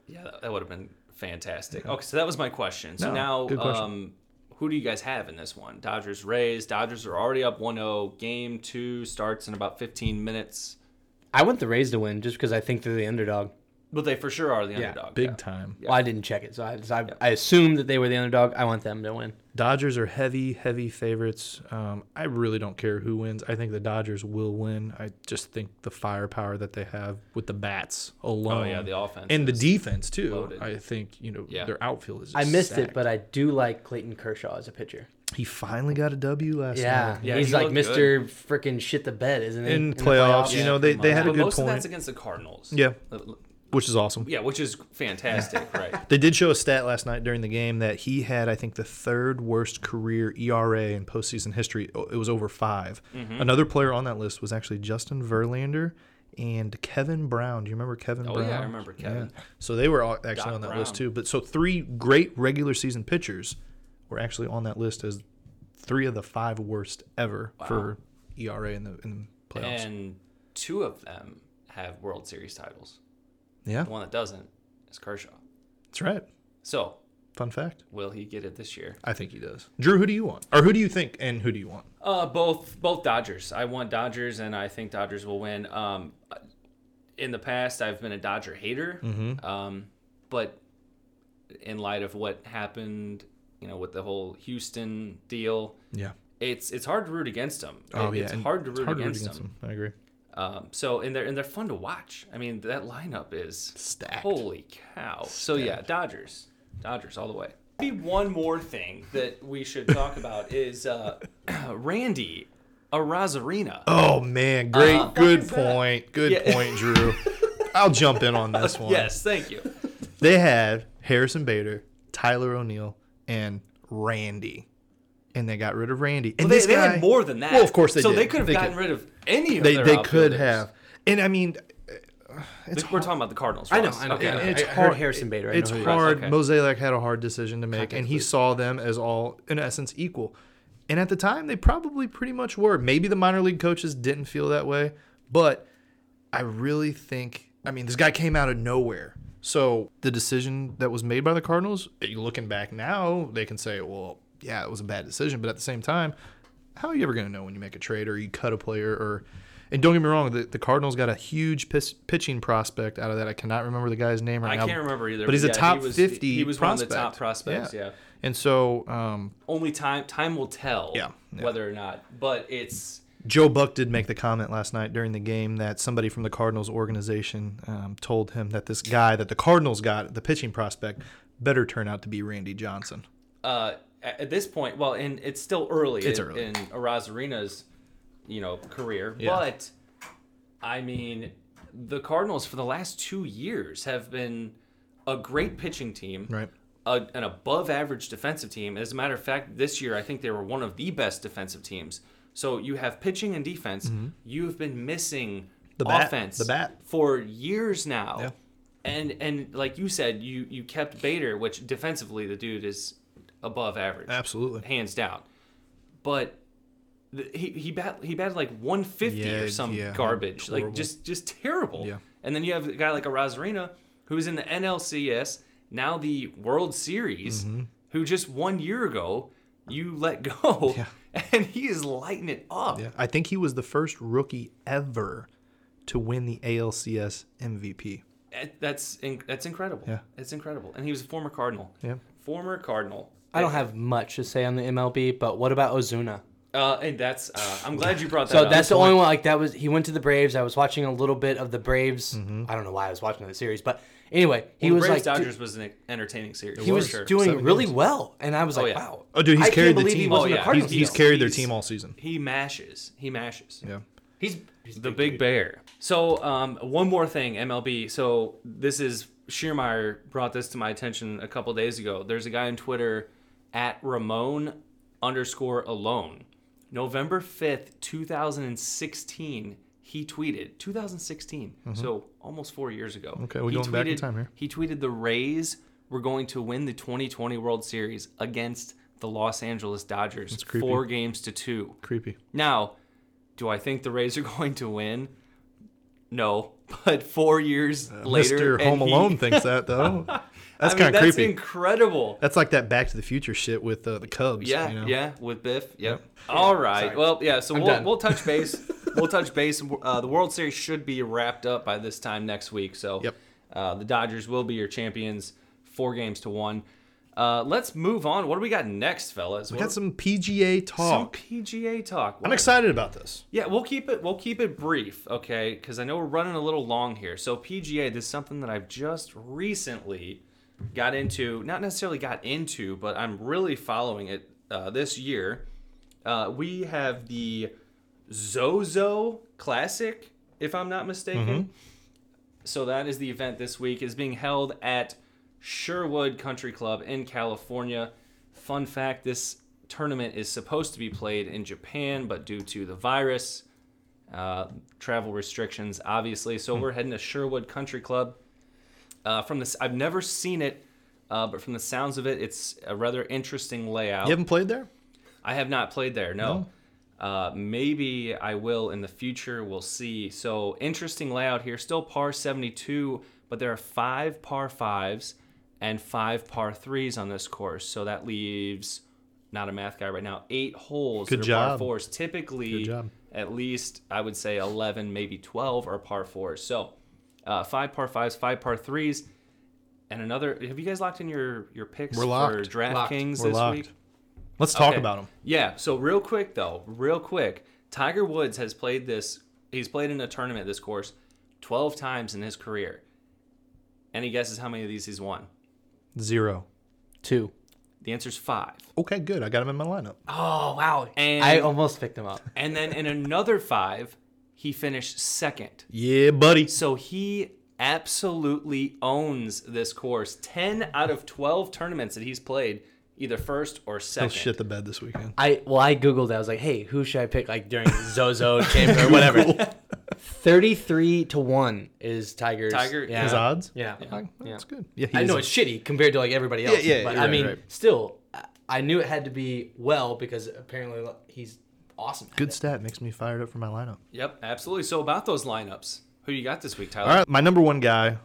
A: yeah, that, that would have been fantastic. Okay, so that was my question. So
B: No,
A: now,
B: good question.
A: um, who do you guys have in this one? Dodgers, Rays. Dodgers are already up 1 0. Game two starts in about 15 minutes.
C: I want the Rays to win just because I think they're the underdog.
A: But they for sure are the underdog.
B: Big
A: yeah.
B: time.
C: Well, I didn't check it, so I, so I, I assumed that they were the underdog. I want them to win.
B: Dodgers are heavy heavy favorites. Um, I really don't care who wins. I think the Dodgers will win. I just think the firepower that they have with the bats alone.
A: Oh, yeah, the offense
B: and the defense too.
A: loaded.
B: I think you know
A: Yeah.
B: their outfield is. Just
C: I missed it,
B: stacked.
C: but I do like Clayton Kershaw as a pitcher.
B: He finally got a W last
C: Yeah,
B: night.
A: Yeah,
C: he's
A: he
C: like
A: looked
C: Mr. Freaking shit the bed, isn't he?
B: In
C: the
B: playoffs, you
A: Yeah,
B: know, they-
A: come
B: they
A: on.
B: had a
A: But
B: good
A: most of
B: point.
A: that's against the Cardinals. Uh,
B: Yeah,
A: L-
B: which is awesome.
A: Yeah, which is fantastic, right?
B: <laughs> They did show a stat last night during the game that he had, I think, the third worst career ERA in postseason history. O- It was over 5
A: Mm-hmm.
B: Another player on that list was actually Justin Verlander and Kevin Brown. Do you remember Kevin
A: Oh,
B: Brown?
A: yeah, I remember Kevin.
B: So they were all actually
A: Doc
B: on that
A: Brown.
B: list too. But so three great regular season pitchers were actually on that list as three of the five worst ever for ERA in the in the playoffs.
A: And two of them have World Series titles.
B: yeah,
A: The one that doesn't is Kershaw.
B: that's right.
A: So,
B: Fun fact.
A: will he get it this year?
B: I think he does. Drew, who do you want? Or who do you think and who do you want?
A: Uh, both both Dodgers. I want Dodgers, and I think Dodgers will win. Um, in the past, I've been a Dodger hater.
B: Mm-hmm.
A: Um, but in light of what happened, you know, with the whole Houston deal,
B: Yeah.
A: it's it's hard to root against them.
B: Oh
A: It-
B: yeah.
A: it's
B: and
A: hard to root
B: it's hard
A: against, them.
B: them. I agree.
A: Um, so and they're and they're fun to watch. I mean, that lineup is
B: Stacked.
A: Holy cow! So yeah, Dodgers, Dodgers all the way. Maybe one more thing that we should talk about <laughs> is uh, <clears throat> Randy Arozarena.
B: Oh man, great,
A: Uh,
B: good
A: <laughs> fuck is that?
B: point, good
A: Yeah. <laughs>
B: point, Drew. I'll jump in on this one.
A: Yes, thank you.
B: they had Harrison Bader, Tyler O'Neill, and Randy, and they got rid of Randy. And
A: They,
B: this
A: they
B: guy,
A: had more than that.
B: Well, of course they
A: so
B: did.
A: they could have gotten rid of any of
B: They
A: their
B: they could
A: outfielders.
B: have, and I mean,
A: We're talking about the Cardinals.
C: I know,
A: Ross.
C: I know.
A: Okay.
C: Yeah.
B: And it's
C: I heard
B: hard.
C: Harrison Bader. I
B: It's
C: know who he was.
B: hard.
A: Okay.
B: Mozeliak had a hard decision to make, and he saw them as all, in essence, equal. And at the time, they probably pretty much were. Maybe the minor league coaches didn't feel that way, but I really think. I mean, this guy came out of nowhere. So the decision that was made by the Cardinals, eh, you looking back now, they can say, well, yeah, it was a bad decision. But at the same time, how are you ever going to know when you make a trade or you cut a player or and don't get me wrong the, the cardinals got a huge pis- pitching prospect out of that i cannot remember the guy's name right
A: I
B: now
A: can't remember either,
B: but he's
A: but
B: a
A: yeah,
B: top
A: he was-
B: 50
A: he was one of the
B: prospect.
A: top prospects, yeah.
B: and so um,
A: Only time time will tell.
B: Yeah, yeah.
A: Whether or not, but it's
B: joe buck did make the comment last night during the game that somebody from the cardinals organization um, told him that this guy that the cardinals got the pitching prospect better turn out to be randy johnson
A: uh, at at this point, well, and it's still early.
B: It's
A: in,
B: early.
A: in Arazarina's, you know, career.
B: Yeah.
A: But I mean, the Cardinals for the last two years have been a great pitching team,
B: right
A: a, an above average defensive team. As a matter of fact, this year I think they were one of the best defensive teams. So you have pitching and defense. You have been missing
B: Mm-hmm. The bat,
A: offense
B: the bat.
A: for years now.
B: Yeah.
A: And and like you said, you you kept Bader, which defensively the dude is above average,
B: absolutely
A: hands down. But the, he he bat he batted like 150
B: Yeah,
A: or some
B: yeah,
A: garbage, like
B: horrible.
A: just just terrible.
B: Yeah.
A: And then you have a guy like a Rosarina who's in the NLCS now, the World Series,
B: Mm-hmm.
A: who just one year ago you let go,
B: <laughs>
A: <laughs> and he is lighting it up.
B: yeah. i think he was the first rookie ever to win the alcs mvp
A: That- Eh, That's in, that's incredible.
B: Yeah.
A: It's incredible. And he was a former Cardinal.
B: Yeah.
A: Former Cardinal.
C: I don't have much to say on the MLB, but what about Ozuna?
A: Uh, and that's uh, I'm glad you brought that
C: So
A: up.
C: that's the only one. Like that was he went to the Braves. I was watching a little bit of the Braves. I don't know why I was watching the series, but anyway, he
A: Well,
C: was
A: Braves
C: like
A: Dodgers was an entertaining series.
C: he
A: for
C: was
A: sure.
C: doing
B: Seven
C: really
B: games.
C: well, and I was like,
A: yeah.
C: wow.
B: oh dude he's
C: I can't
B: carried the
C: believe he
B: team
C: wasn't
A: Oh,
C: a
A: yeah.
C: Cardinals.
B: he's, he's
C: though.
B: carried their
A: He's-
B: team all season
A: He mashes. He mashes.
B: yeah
A: He's, the big, bear. So, um, one more thing, MLB. So, this is Schiermeyer brought this to my attention a couple days ago. There's a guy on Twitter at Ramon underscore alone. November 5th, 2016, he tweeted, 2016, so almost four years ago.
B: Mm-hmm. Okay, we're
A: he
B: going back in time here.
A: He tweeted, The Rays were going to win the 2020 World Series against the Los Angeles Dodgers,
B: creepy.
A: four games to two.
B: creepy
A: Now, do I think the Rays are <laughs> going to win? No, <laughs> but four years later, and
B: Mr. Uh, Home
A: he- <laughs>
B: Alone thinks that though.
A: I
B: That's
A: mean,
B: kind of
A: that's
B: creepy.
A: incredible.
B: that's like that Back to the Future shit with uh, the Cubs.
A: Yeah,
B: you know?
A: yeah, with Biff. Yep. All right. Well, yeah. So we'll,
C: done.
A: we'll
B: <laughs>
A: touch base. we'll touch base. Uh, the World Series should be wrapped up by this time next week. So
B: Yep.
A: uh, the Dodgers will be your champions, four games to one. Uh, let's move on. What do we got next, fellas?
B: We got some PGA talk.
A: PGA talk.
B: I'm excited about this.
A: Yeah, we'll keep it we'll keep it brief, okay? Cuz I know we're running a little long here. So PGA, this is something that I've just recently got into, not necessarily got into, but I'm really following it uh, this year. Uh, we have the Zozo Classic, if I'm not mistaken. So that is the event this week is being held at Sherwood Country Club in California. Fun fact, this tournament is supposed to be played in Japan, but due to the virus, uh, travel restrictions, obviously. So we're heading to Sherwood Country Club. Uh, from this, I've never seen it, uh, but from the sounds of it, it's a rather interesting layout.
B: You haven't played there?
A: I have not played there. No. Uh, maybe I will in the future. We'll see. So interesting layout here. Still par 72, but there are five par fives and five par threes on this course. So that leaves not a math guy right now. Eight holes.
B: Good
A: that are Par
B: job.
A: fours. Typically,
B: job.
A: at least I would say 11, maybe 12 are par fours. So uh, five par fives, five par threes, and another. Have you guys locked in your your picks
B: We're
A: for
B: locked.
A: DraftKings
B: We're
A: this
B: locked.
A: week?
B: Let's talk
A: Okay.
B: about him.
A: Yeah. So real quick though, real quick, Tiger Woods has played this. He's played in a tournament this course twelve times in his career. Any guesses how many of these he's won?
B: Zero.
C: Two.
A: The answer's five.
B: Okay, good. I got him in my lineup.
C: Oh wow!
A: And
C: I almost picked him up.
A: and then in another five, he finished second.
B: Yeah, buddy.
A: So he absolutely owns this course. Ten out of twelve tournaments that he's played, either first or
B: He'll
A: second.
B: Oh, shit the bed this <laughs> weekend.
C: I well, I googled. it. I was like, hey, who should I pick? Like during Zozo Chamber or whatever. <laughs> Thirty-three to one is Tiger's.
A: Tiger-
C: Yeah.
B: His odds?
C: Yeah.
B: Okay,
C: Yeah.
B: That's good. Yeah, he
C: I
B: is
C: know
B: a-
C: it's shitty compared to like everybody else.
B: yeah,
C: But
B: you're
C: I
B: right,
C: mean,
B: right.
C: still, I- I knew it had to be well because apparently like, he's awesome. at
B: good
C: it.
B: stat. Makes me fired up for my lineup.
A: Yep, absolutely. So about those lineups, who you got this week, Tyler?
B: All right, my number one guy,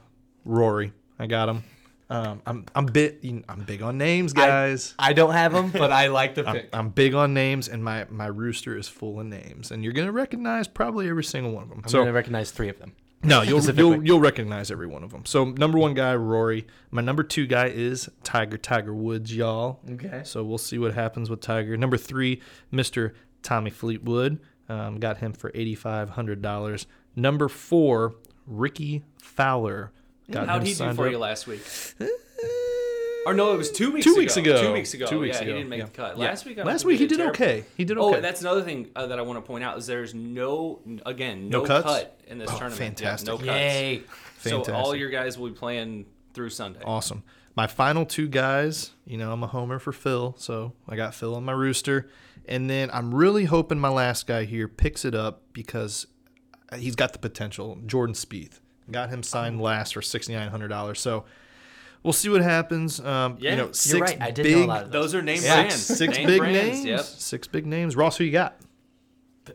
B: Rory. I got him. Um, I'm I'm bit I'm big on names, guys.
C: I don't have <laughs> him, but I like the pick.
B: I'm big on names, and my my rooster is full of names, and you're gonna recognize probably every single one of them. so
C: recognize three of them.
A: <laughs>
B: no, you'll,
C: specifically.
B: you'll you'll recognize every one of them. So number one guy, Rory. My number two guy is Tiger Tiger Woods, y'all.
C: Okay.
B: So we'll see what happens with Tiger. Number three, Mr. Tommy Fleetwood. Um, got him for eighty five hundred dollars. Number four, Ricky Fowler. Got
A: How'd
B: him
A: he do
B: signed
A: for
B: up.
A: you last week? Or no, it was two weeks
B: <laughs> Two
A: ago.
B: weeks ago.
A: Two weeks ago.
B: Two weeks
A: yeah,
B: ago,
A: he didn't make
B: yeah.
A: the cut.
B: Yeah.
A: Last week, I don't
B: Last
A: think
B: week he did
A: terrible.
B: okay. He did
A: Oh,
B: okay.
A: and that's another thing uh, that I want to point out is there's no, again, no,
B: No cuts?
A: cut in this
B: Oh,
A: tournament. Yep,
B: fantastic.
A: no cuts.
C: Yay!
A: So all
B: Fantastic.
A: your guys will be playing through Sunday.
B: awesome. My final two guys, you know, I'm a homer for Phil, so I got Phil on my rooster, and then I'm really hoping my last guy here picks it up because he's got the potential. Jordan Spieth got him
C: Oh.
B: signed last for sixty nine hundred dollars, so we'll see what happens. Um,
A: Yeah,
B: you know,
A: you're
B: six
C: You're right. I did
B: big,
C: know a lot of those.
A: Those are name
B: six,
A: brands.
B: six
A: Name
B: big
A: brands,
B: names,
A: Yep.
B: six big names. Ross, who you got?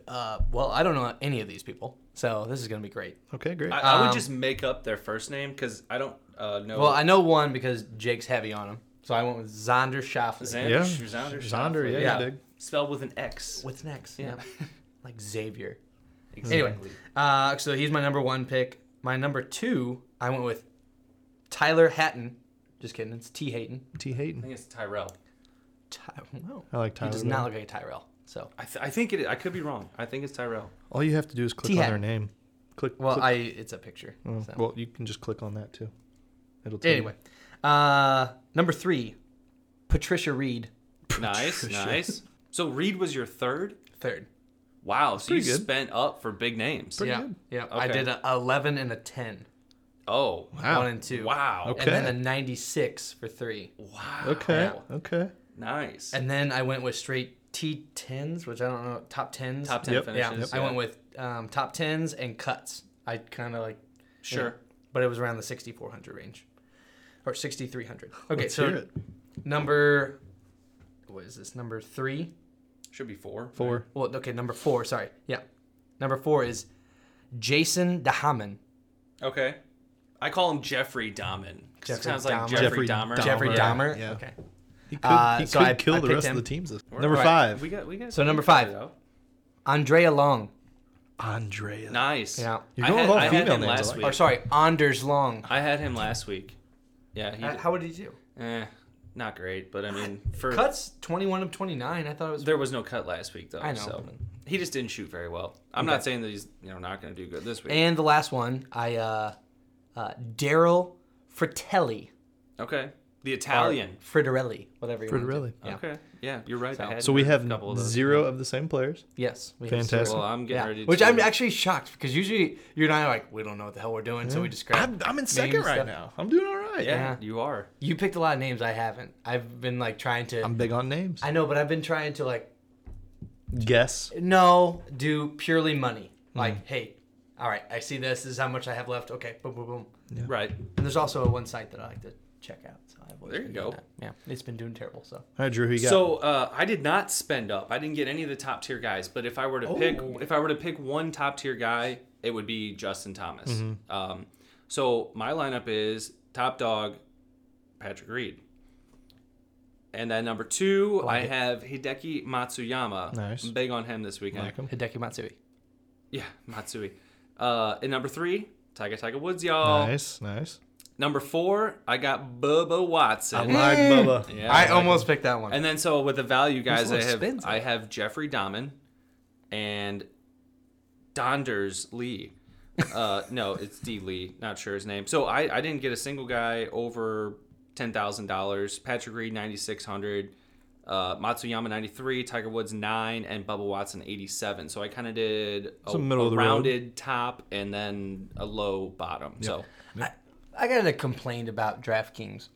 C: Uh, well, I don't know any of these people, so this is gonna be great.
B: Okay, great.
A: I, I would
C: Um,
A: just make up their first name because I don't uh, know.
C: Well, I know one because Jake's heavy on him, so I went with Zander Schauffele.
A: Zander,
B: Yeah.
A: Zander,
B: Zander, yeah,
C: yeah.
B: yeah. Big.
A: spelled with an X.
C: What's next?
A: Yeah.
C: <laughs> like Xavier.
A: Exactly.
C: Anyway, uh, so he's my number one pick. My number two, I went with Tyler Hatton. Just kidding, it's T Hatton.
B: T
A: I
B: Hayden.
A: think it's Tyrell.
C: Ty- <laughs> no,
B: I like Tyler.
C: he does
B: though.
C: not look like a Tyrell. So
A: I, th- I think it. I could be wrong. I think it's
B: <laughs>
A: Tyrell.
B: All you have to do is click
C: T-hat.
B: on their name. Click.
C: well,
B: click-
C: I it's a picture.
B: Oh,
C: so.
B: Well, you can just click on that too. It'll tell you.
C: anyway, uh, number three, Patricia Reed,
A: Nice, nice. So Reed was your third.
C: third.
A: Wow, so you
B: pretty good.
A: spent up for big names.
B: Pretty
C: yeah,
B: good.
C: yeah. I
A: Okay.
C: did a eleven and a ten,
A: Oh,
B: Wow.
C: one and two.
A: wow,
B: Okay.
C: And then a ninety-six for three.
A: wow.
B: Okay.
A: Ah,
C: Wow.
B: Okay.
A: nice.
C: And then I went with straight T tens, which I don't know, top tens.
A: Top ten
B: Yep.
A: finishes.
C: Yeah, I went with um, top tens and cuts. I kind of like,
A: sure.
C: but it was around the 6400 range, or 6300. Okay,
B: Let's
C: so
B: hear it.
C: number, what is this? Number three?
A: Should be four.
B: Four.
C: Well, okay, number four. Sorry, yeah, number four is Jason Dahaman.
A: Okay. I call him Jeffrey Dahman. 'cause
C: Jeffrey
A: it sounds like
C: Dahmer.
A: Jeffrey
B: Jeffrey
A: Dahmer.
B: Dahmer.
C: Jeffrey Dahmer.
B: yeah.
C: Okay.
B: He could,
C: Uh,
B: he
C: so
B: could
C: I-
B: kill
C: I
B: the
C: picked
B: rest
C: him.
B: of the teams. This
A: We're-
B: number
A: all right,
B: five.
A: We got. We got.
C: So number
A: we got
C: five.
A: it out.
C: Andrea Long.
B: Andrea.
A: Nice.
C: Yeah.
B: You're
A: I
B: going
A: had,
B: with all
A: I had
B: female
A: him
B: names, I
A: last
B: like
A: week.
C: Or sorry, Anders Long.
A: I had him last week. Yeah. He
C: Uh,
A: did-
C: How would he do?
A: eh, not great, but I mean, for
C: Cuts 21 of 29. I thought it was.
A: there was no cut last week though.
C: I know.
A: So he just didn't shoot very well. I'm not saying that he's you know not going to do good this week.
C: And the last one, I uh, uh, Daryl Fratelli.
A: okay. The Italian.
C: Or Fritarelli, whatever you want to-
B: Fritarelli.
C: Yeah.
A: Okay. Yeah, you're right. I had
B: So we
A: a
B: have
A: couple of those.
B: zero of the same players.
C: Yes. we have
B: Fantastic.
C: cereal.
A: Well, I'm getting
C: Yeah.
A: ready.
C: Which
A: to,
C: I'm actually shocked because usually you're not like, we don't know what the hell we're doing, so we just grab.
B: I'm, I'm in second
C: names
B: right
C: that-
B: now. I'm doing all right.
A: Yeah,
C: Yeah.
A: you are.
C: You picked a lot of names I haven't. I've been like trying to.
B: I'm big on names.
C: I know, but I've been trying to like,
B: Guess.
C: no, do purely money.
A: Mm-hmm.
C: Like, hey, all right, I see this. This is how much I have left. Okay, boom, boom, boom.
A: Right.
C: And there's also one site that I like to check out. So I've always
A: There you
C: been doing
A: go.
C: that. Yeah, it's been doing terrible. So
B: All right, Drew. Who you got?
A: So uh, I did not spend up. I didn't get any of the top tier guys. But if I were to pick,
B: Oh.
A: if I were to pick one top tier guy, it would be Justin Thomas.
B: Mm-hmm.
A: Um, so my lineup is top dog, Patrick Reed, and then number two, I,
C: like it.
A: have Hideki Matsuyama.
B: Oh, Nice.
A: I'm big on him this weekend.
B: like him.
C: Hideki Matsui.
A: Yeah, Matsui. Uh, and number three, Tiger Tiger Woods, y'all.
B: Nice, nice.
A: Number four, I got Bubba Watson.
B: like Bubba.
A: Yeah,
C: I
A: like
C: almost picked that one.
A: And then so with the value guys,
B: a
A: I
B: little
A: have
B: spins
A: I have Jeffrey Dahman and Donders Lee. Uh, <laughs> no, it's D Lee. Not sure his name. So I, I didn't get a single guy over ten thousand dollars. Patrick Reed ninety six hundred, uh, Matsuyama ninety three, Tiger Woods nine, and Bubba Watson eighty seven. So I kind of did a,
B: So middle
A: a
B: of the road.
A: rounded top and then a low bottom. So
C: I, I got a complaint about DraftKings.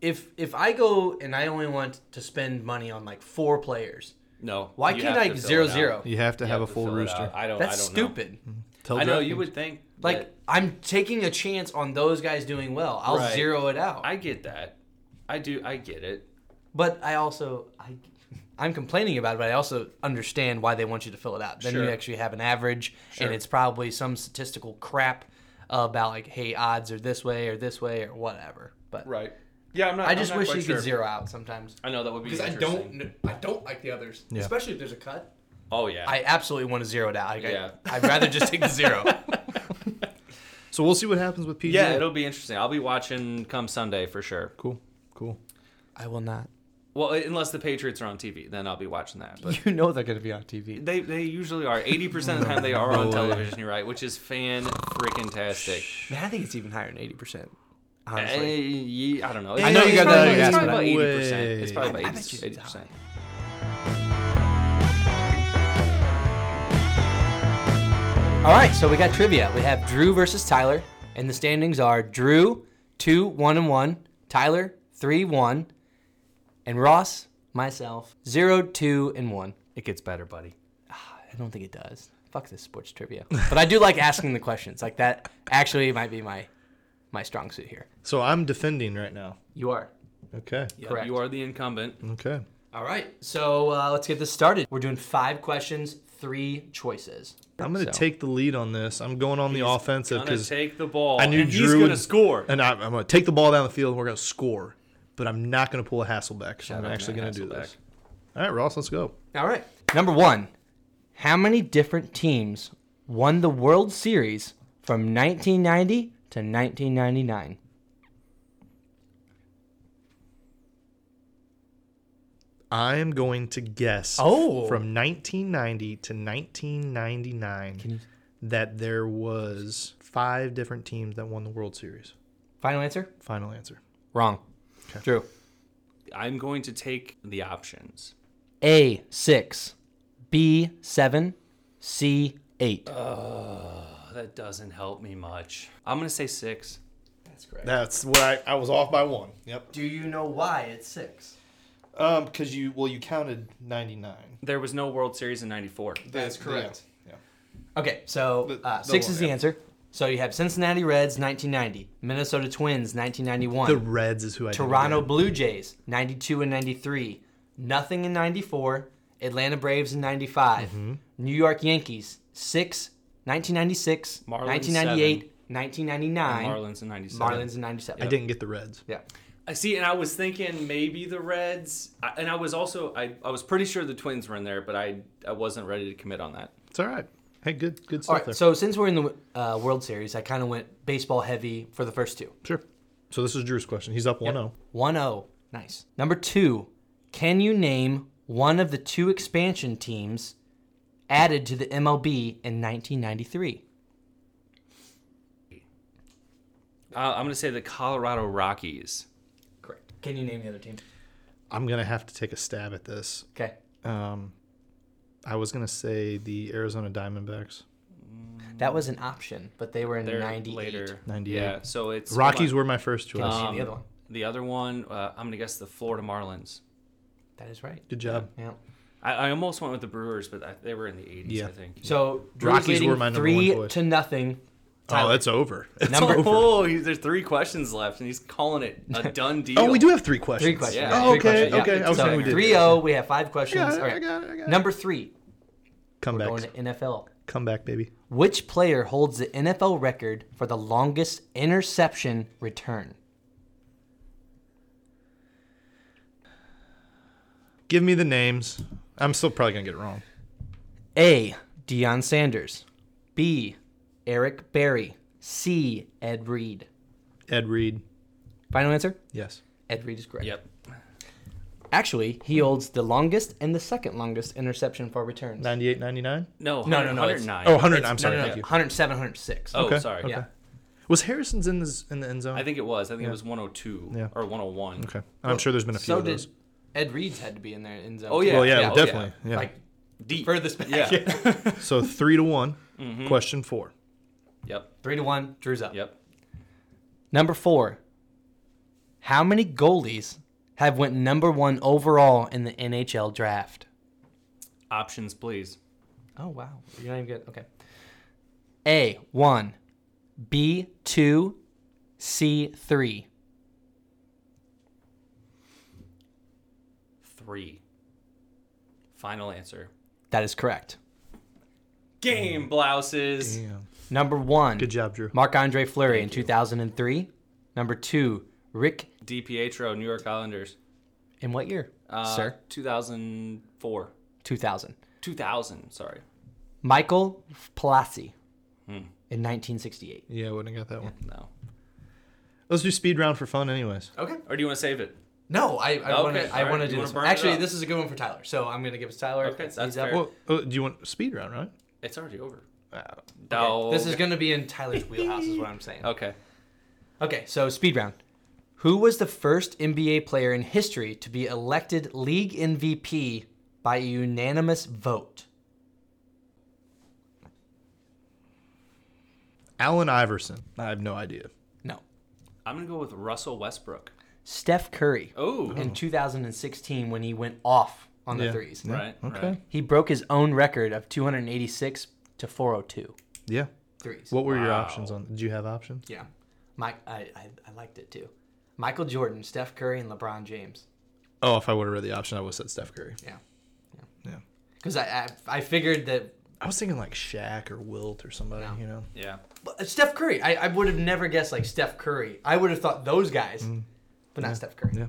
C: If if I go and I only want to spend money on like four players,
A: no,
C: why
A: you
C: can't
A: have
C: I
A: to fill
C: zero
A: it out.
C: zero?
B: You have to
A: You
B: have a
A: to
B: full
A: fill it
B: rooster.
A: out. I don't.
C: That's
A: I don't know. Mm-hmm.
C: stupid.
B: Tell
A: I know
B: DraftKings.
A: you would think
C: Like
A: that-
C: I'm taking a chance on those guys doing well. I'll
A: Right.
C: zero it out.
A: I get that. I do. I get it.
C: but I also I I'm complaining about it, but I also understand why they want you to fill it out. Then you
A: Sure.
C: actually have an average,
A: Sure.
C: and it's probably some statistical crap about like hey odds are this way or this way or whatever. But
A: Right. Yeah, I'm not.
C: I just wish you could zero out sometimes
A: I know that would be
C: because I
A: interesting.
C: don't kn- I don't like the others,
B: Yeah.
C: especially if there's a cut.
A: Oh yeah.
C: I absolutely want to zero it out. Like, I-
A: Yeah.
C: I'd rather just take
A: <laughs>
C: the zero.
B: So we'll see what happens with PGA.
A: yeah, it'll be interesting. I'll be watching come Sunday for sure.
B: cool, cool.
C: I will not.
A: Well, unless the Patriots are on TV, then I'll be watching that. But
C: You know they're going to be on TV.
A: <laughs> they they usually <laughs> are. Eighty percent of the time they are on television. You're right, which is fan freaking tastic.
C: Man, I think it's even higher than eighty percent. Honestly,
A: I, I don't know.
C: I know you got that
A: It's
C: other
A: probably about eighty
B: guess, but-
A: percent. It's probably
C: I
A: about
C: bet you it's
A: eighty percent.
C: All right, so we got trivia. We have Drew versus Tyler, and the standings are Drew two one and one, Tyler three one, and Ross myself zero two and one.
A: It gets better, buddy.
C: I don't think it does. Fuck this sports <laughs> trivia, but I do like asking the questions. Like that actually might be my my strong suit here.
B: So I'm defending right now.
C: You are
B: Okay.
A: Yeah,
C: Correct.
A: You are the incumbent.
B: Okay.
C: all right. So uh, let's get this started. We're doing five questions, three choices.
B: I'm gonna
C: So-
B: take the lead on this. I'm going on the
A: He's
B: offensive
A: Gonna
B: because
A: take the ball.
B: I knew
A: and
B: Drew
A: He's gonna
B: would-
A: score.
B: and I, I'm gonna take the ball down the field and we're gonna score. But I'm not gonna pull a Hasselbeck. So
A: Shout
B: I'm
A: out
B: actually gonna
A: Matt
B: do this.
A: Hasselbeck.
B: All right, Ross, let's go.
C: All right. Number one, how many different teams won the World Series from 1990 to 1999?
B: I am going to guess
C: Oh.
B: from 1990 to 1999 that there was five different teams that won the World Series.
C: Final answer?
B: Final answer.
C: Wrong. Drew.
A: I'm going to take the options.
C: A six, B seven, C eight.
A: Oh, That doesn't help me much. I'm gonna say six.
C: That's correct.
B: That's what I, I was off by one. Yep.
C: Do you know why it's six?
B: Um, because you well you counted 99.
A: There was no World Series in '94.
C: That's correct.
B: Yeah.
C: Okay, so
B: The-
C: uh,
B: the
C: six
B: one,
C: is the
B: yeah.
C: answer. So you have Cincinnati Reds 1990, Minnesota Twins 1991.
B: The Reds is who I didn't
C: Toronto
B: get.
C: Blue Jays, 92 and 93. Nothing in 94. Atlanta Braves in 95.
B: Mm-hmm.
C: New York Yankees, 6, 1996,
A: Marlins,
C: 1998,
A: seven.
C: 1999.
A: Marlins in '97.
C: Marlins, in 97.
B: I didn't get the Reds.
C: Yeah.
A: I see, and I was thinking maybe the Reds, I, and I was also I, I was pretty sure the Twins were in there, but I I wasn't ready to commit on that.
B: It's all right. Hey, good good
C: All
B: stuff
C: right,
B: there.
C: so since we're in the uh, World Series, I kind of went baseball heavy for the first two.
B: sure. So this is Drew's question. He's up oh. 1-0.
C: 1 0. Nice. Number two, can you name one of the two expansion teams added to the MLB in 1993?
A: Uh, I'm gonna say the Colorado Rockies.
C: Correct. Can you name the other team?
B: I'm going to have to take a stab at this.
C: Okay.
B: Um I was going to say the Arizona Diamondbacks.
C: That was an option, but they were in
A: They're
C: 98.
A: later.
B: 98.
A: Yeah. So it's
B: Rockies were my first choice.
C: Um, the other one.
A: The other one, uh, I'm gonna guess the Florida Marlins.
C: That is right.
B: good job.
C: Yeah.
A: I, I almost went with the Brewers, but I, they were in the '80s,
B: Yeah.
A: I think.
C: So Drew's
B: Rockies
C: leading
B: were my number
C: three
B: one choice.
C: to nothing.
B: Oh,
C: Tyler.
B: it's over. It's
C: Number-
B: over.
A: Oh, he- there's three questions left, and he's calling it <laughs> a done deal.
B: Oh, we do have three questions.
C: Three questions.
A: Yeah.
B: Oh,
C: Three
B: okay.
C: questions, yeah.
B: Okay. I was
C: so
B: saying we did.
C: 3 0. We have five questions.
B: got it,
C: All
B: I got it, I got it.
C: Number three,
B: Come back.
C: going to NFL.
B: Come back, baby.
C: Which player holds the NFL record for the longest interception return?
B: Give me the names. I'm still probably going to get it wrong.
C: A. Deion Sanders. B. Eric Berry. C. Ed Reed.
B: Ed Reed.
C: Final answer?
B: Yes.
C: Ed Reed is correct.
A: Yep.
C: Actually, he
B: Hmm.
C: holds the longest and the second longest interception for returns.
B: 98, 99?
A: No,
C: No, no, no, it's-
A: 109.
B: Oh, 100. I'm sorry.
C: No, no, no,
B: Thank you.
C: 107, 106.
A: Oh,
B: Okay,
A: sorry.
B: okay.
A: Yeah.
B: Was Harrison's in, this, in the end zone?
A: I think it was. I think it was 102
B: Yeah.
A: or 101.
B: Okay. And I'm sure there's been a few
C: So
B: of
C: did
B: those.
C: Ed Reed's had to be in there in zone.
A: Oh,
C: too.
A: yeah,
B: well, yeah,
A: yeah, oh,
B: definitely. Yeah.
C: Like
A: Deep.
C: furthest back.
A: Yeah.
B: so three to one.
A: Mm-hmm.
B: Question four.
A: <laughs> Yep.
C: Three to one. Drew's up.
A: Yep.
C: Number four. How many goalies have went number one overall in the NHL draft?
A: Options, please.
C: Oh wow, you're not even good. Okay. A one, B two, C three.
A: Three. Final answer.
C: That is correct.
A: Game blouses.
B: Damn.
C: Number one.
B: Good job, Drew.
C: Marc Andre Fleury in 2003. Number two, Rick.
A: DiPietro, New York Islanders.
C: In what year,
A: Uh,
C: sir?
A: 2004.
C: 2000.
A: 2000, sorry.
C: Michael Palazzi
A: Hmm.
C: in 1968.
B: Yeah, wouldn't have got that one.
A: No.
B: Let's do speed round for fun, anyways.
C: Okay.
A: Or do you want to save it?
C: No, I, I
A: Okay,
C: want
A: all
C: to. I
A: right,
C: want
A: you
C: to do
A: wanna
C: this.
A: burn
C: one.
A: it
C: Actually,
A: up.
C: this is a good one for Tyler, so I'm gonna give it to Tyler.
A: Okay,
C: It's-
A: that's
C: he's up.
A: fair.
B: Well, oh, do you want speed round, right?
A: It's already over.
B: Ah,
A: No.
C: This is gonna be in Tyler's wheelhouse, is what I'm saying.
A: Okay.
C: Okay, so speed round. Who was the first NBA player in history to be elected league MVP by a unanimous vote?
B: Allen Iverson. I have no idea.
C: No,
A: I'm going to go with Russell Westbrook.
C: Steph Curry.
A: Oh.
C: in 2016 when he went off on the
B: Yeah.
C: threes.
B: Yeah,
A: Right,
B: Okay.
A: right.
C: He broke his own record of 286 to 402
B: Yeah.
C: threes.
B: What were your
A: Wow.
B: options on? Did you have options?
C: Yeah. Mike, I, I, I liked it too. Michael Jordan, Steph Curry, and LeBron James.
B: Oh, if I would have read the option, I would have said Steph Curry.
C: Yeah.
B: Yeah.
C: Because I, I, I figured that
B: I was thinking like Shaq or Wilt or somebody,
C: No.
B: you know.
A: Yeah.
C: but Steph Curry, I, I would have never guessed like Steph Curry. I would have thought those guys, but not Steph Curry.
B: Yeah.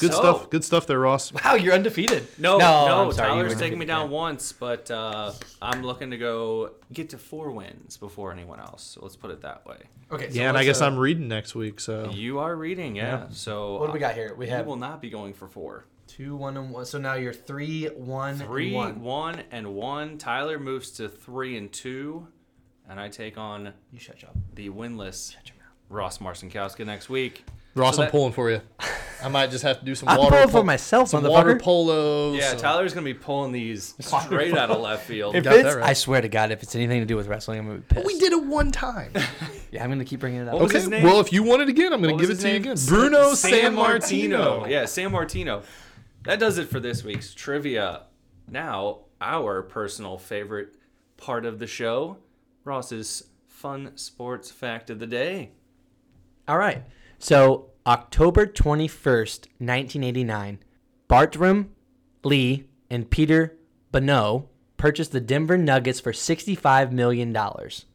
B: Good
A: So-
B: stuff. Good stuff
A: <laughs>
B: there, Ross.
C: Wow, you're undefeated.
A: No, no,
C: I'm sorry, you
A: Tyler's
C: were
A: taking me
C: undefeated.
A: down once, but uh, I'm looking to go get to four wins before anyone else. So let's put it that way.
C: Okay. so
B: yeah, and I
C: let's,
B: guess
C: uh,
B: I'm reading next week, so
A: You are reading, yeah.
B: Oh. Yeah.
A: So uh,
C: What do we got here? We
A: We
C: have
A: will not be going for four.
C: two, one, and one. So now you're three, one, and
A: Three,
C: one.
A: one, and one. Tyler moves to three and two, and I take on
C: You shut your
A: the winless
C: your mouth.
A: Ross Marcinkowska next week.
B: Ross,
A: So
B: I'm
A: that-
B: pulling for you. <laughs> I might just have to
C: <laughs>
B: do some
C: I'm
B: water
C: pulling for
B: pol-
C: myself,
B: some water
C: motherfucker.
B: polo.
A: Yeah,
B: some-
A: Tyler's gonna be pulling these straight out of left field.
C: If
B: got that
C: it's,
B: right.
C: I swear to God, if it's anything to do with wrestling, I'm gonna be pissed.
B: We did it one time.
C: Yeah, I'm gonna keep bringing it up.
A: What was
B: Okay.
A: his name?
B: Well, if you want it again, I'm going
A: What
B: to
A: was
B: give it
A: his
B: to you
A: name?
B: again. Bruno
A: San,
B: San
A: Martino.
B: Martino.
A: Yeah, San Martino. That does it for this week's trivia. Now, our personal favorite part of the show, Ross's fun sports fact of the day.
C: All right. So October 21st, 1989, Bartram Lee and Peter Bonneau purchased the Denver Nuggets for 65 million dollars.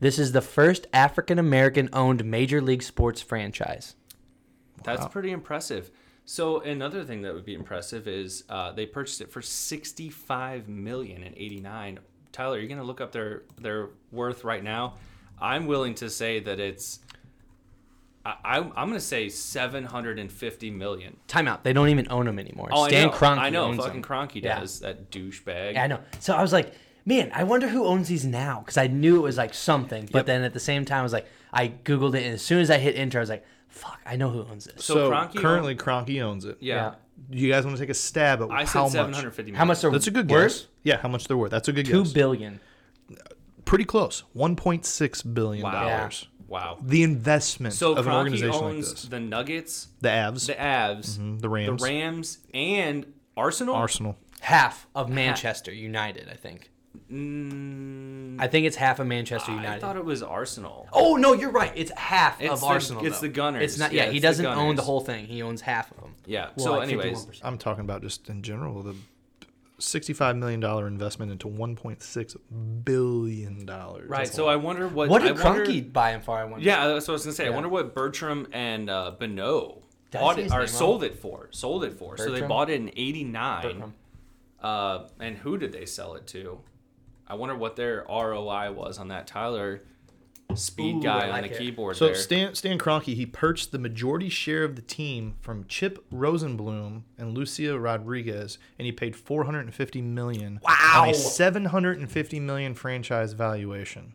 C: This is the first African American owned major league sports franchise.
A: That's pretty impressive. So another thing that would be impressive is uh, they purchased it for sixty-five million in '89. Tyler, you're gonna look up their their worth right now. I'm willing to say that it's. I, I'm I'm gonna say seven hundred and fifty million.
C: Timeout. They don't even own them anymore.
A: Oh,
C: Stan
A: I know,
C: Kroenke
A: I know,
C: owns
A: fucking
C: them.
A: Kroenke
C: Yeah.
A: does that douchebag.
C: Yeah, I know. So I was like, man, I wonder who owns these now because I knew it was like something. But then at the same time, I was like, I googled it, and as soon as I hit enter, I was like, fuck, I know who owns this.
A: So
B: So,
A: Kroenke
B: currently, Cronky owns it.
A: Yeah,
C: Yeah.
B: You guys want to take a stab at
A: I
B: how
A: said
B: much?
A: seven hundred fifty million.
C: How much are
B: That's a good
C: worth?
B: guess. Yeah, how much they're worth. That's a good
C: Two
B: guess.
C: billion.
B: Pretty close. $1.6 billion.
A: Wow.
B: dollars.
A: Wow.
B: The investment
A: So
B: of an
A: Kroenke
B: organization
A: owns
B: like this.
A: the Nuggets,
B: The Avs,
A: the
B: the,
A: Avs,
C: Mm-hmm.
B: Rams,
A: the Rams, and Arsenal.
B: Arsenal.
C: Half of Manchester United, I think.
A: Mm,
C: I think it's half of Manchester
A: I
C: United.
A: thought it was Arsenal.
C: oh no, you're right. It's half
A: It's
C: of
A: the-
C: Arsenal.
A: it's
C: though.
A: the Gunners.
C: It's not.
A: Yeah,
C: Yeah, he
A: it's the
C: doesn't own the
A: Gunners.
C: whole thing. He owns half of them.
A: Yeah.
C: Well,
A: so,
C: like
A: anyways,
C: 51%.
B: I'm talking about just in general the $65 million investment into $1.6 billion.
A: right. So I wonder what.
C: what
A: uh, I
C: did
A: wonder-
C: Crunky buy him for? I wonder.
A: Yeah, that's what I was gonna say. I
C: Yeah.
A: wonder what Bertram and uh, Bonneau
C: Did I
A: bought
C: say
A: it
C: his
A: or
C: name
A: sold it for. Sold it for. So they
C: Bertram?
A: bought it in '89.
C: Bertram.
A: Uh, and who did they sell it to? I wonder what their ROI was on that. Tyler, speed
C: Ooh,
A: guy
C: I
A: on
C: like
A: the
C: it.
A: keyboard
B: So
A: there.
B: Stan Stan Kroenke he purchased the majority share of the team from Chip Rosenblum and Lucia Rodriguez, and he paid 450 million on
C: Wow.
B: a 750 million franchise valuation.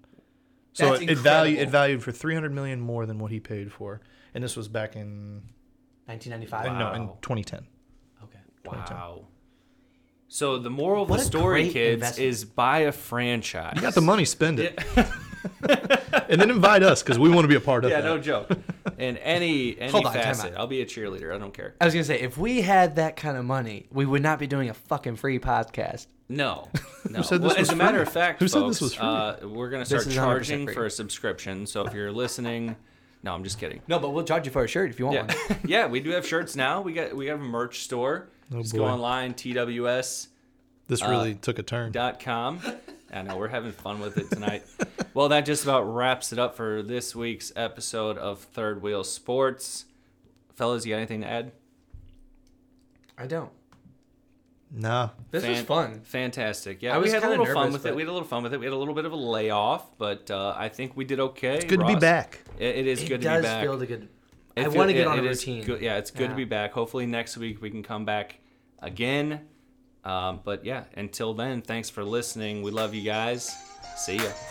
B: So
C: That's
B: it, it valued it
C: incredible.
B: valued for 300 million more than what he paid for, and this was back in uh,
C: 1995.
B: no in
A: Wow.
B: 2010.
C: Okay.
A: wow. So the moral of
C: What
A: the
C: a
A: story,
C: great
A: kids,
C: investment.
A: is buy a franchise.
B: You got the money, spend it, <laughs> and then invite us because we want to be a part of
A: yeah,
B: that.
A: no joke. In any any
C: Hold on, time
A: facet,
C: out.
A: I'll be a cheerleader. I don't care.
C: I was gonna say if we had that kind of money, we would not be doing a fucking free podcast.
A: No,
C: <laughs>
A: no.
B: said
A: well,
B: this was
A: as a matter
B: free?
A: of fact,
B: Who
A: folks,
B: said this was free?
A: Uh, we're gonna start
C: is 100%
A: charging
C: free.
A: for a subscription. So if you're listening, no, I'm just kidding.
C: No, but we'll charge you for a shirt if you want
A: Yeah,
C: one. <laughs>
A: yeah. We do have shirts now. We got we have a merch store.
B: Oh,
A: just
B: boy.
A: go online tws.com.
B: This
A: uh,
B: really took a turn.
A: I know we're having fun with it tonight. <laughs> well, that just about wraps it up for this week's episode of Third Wheel Sports. Fellas, you got anything to add?
C: I don't.
B: Nah,
C: This was
A: Fan-
C: fun.
A: Fantastic. Yeah,
C: I
A: we
C: was
A: had a
C: kinda
A: little fun
C: nervous,
A: with it.
C: but-
A: We had a little fun with it. We had a little bit of a layoff, but uh, I think we did okay. It's
B: good to be back.
A: it is good to be back.
C: the good.
A: It
C: I
A: feel-
C: want to
A: it-
C: get on a
A: it is
C: routine.
A: good- yeah, it's good to
C: Yeah.
A: be back. Hopefully next week we can come back again. Um, but yeah, until then, thanks for listening. We love you guys. See ya.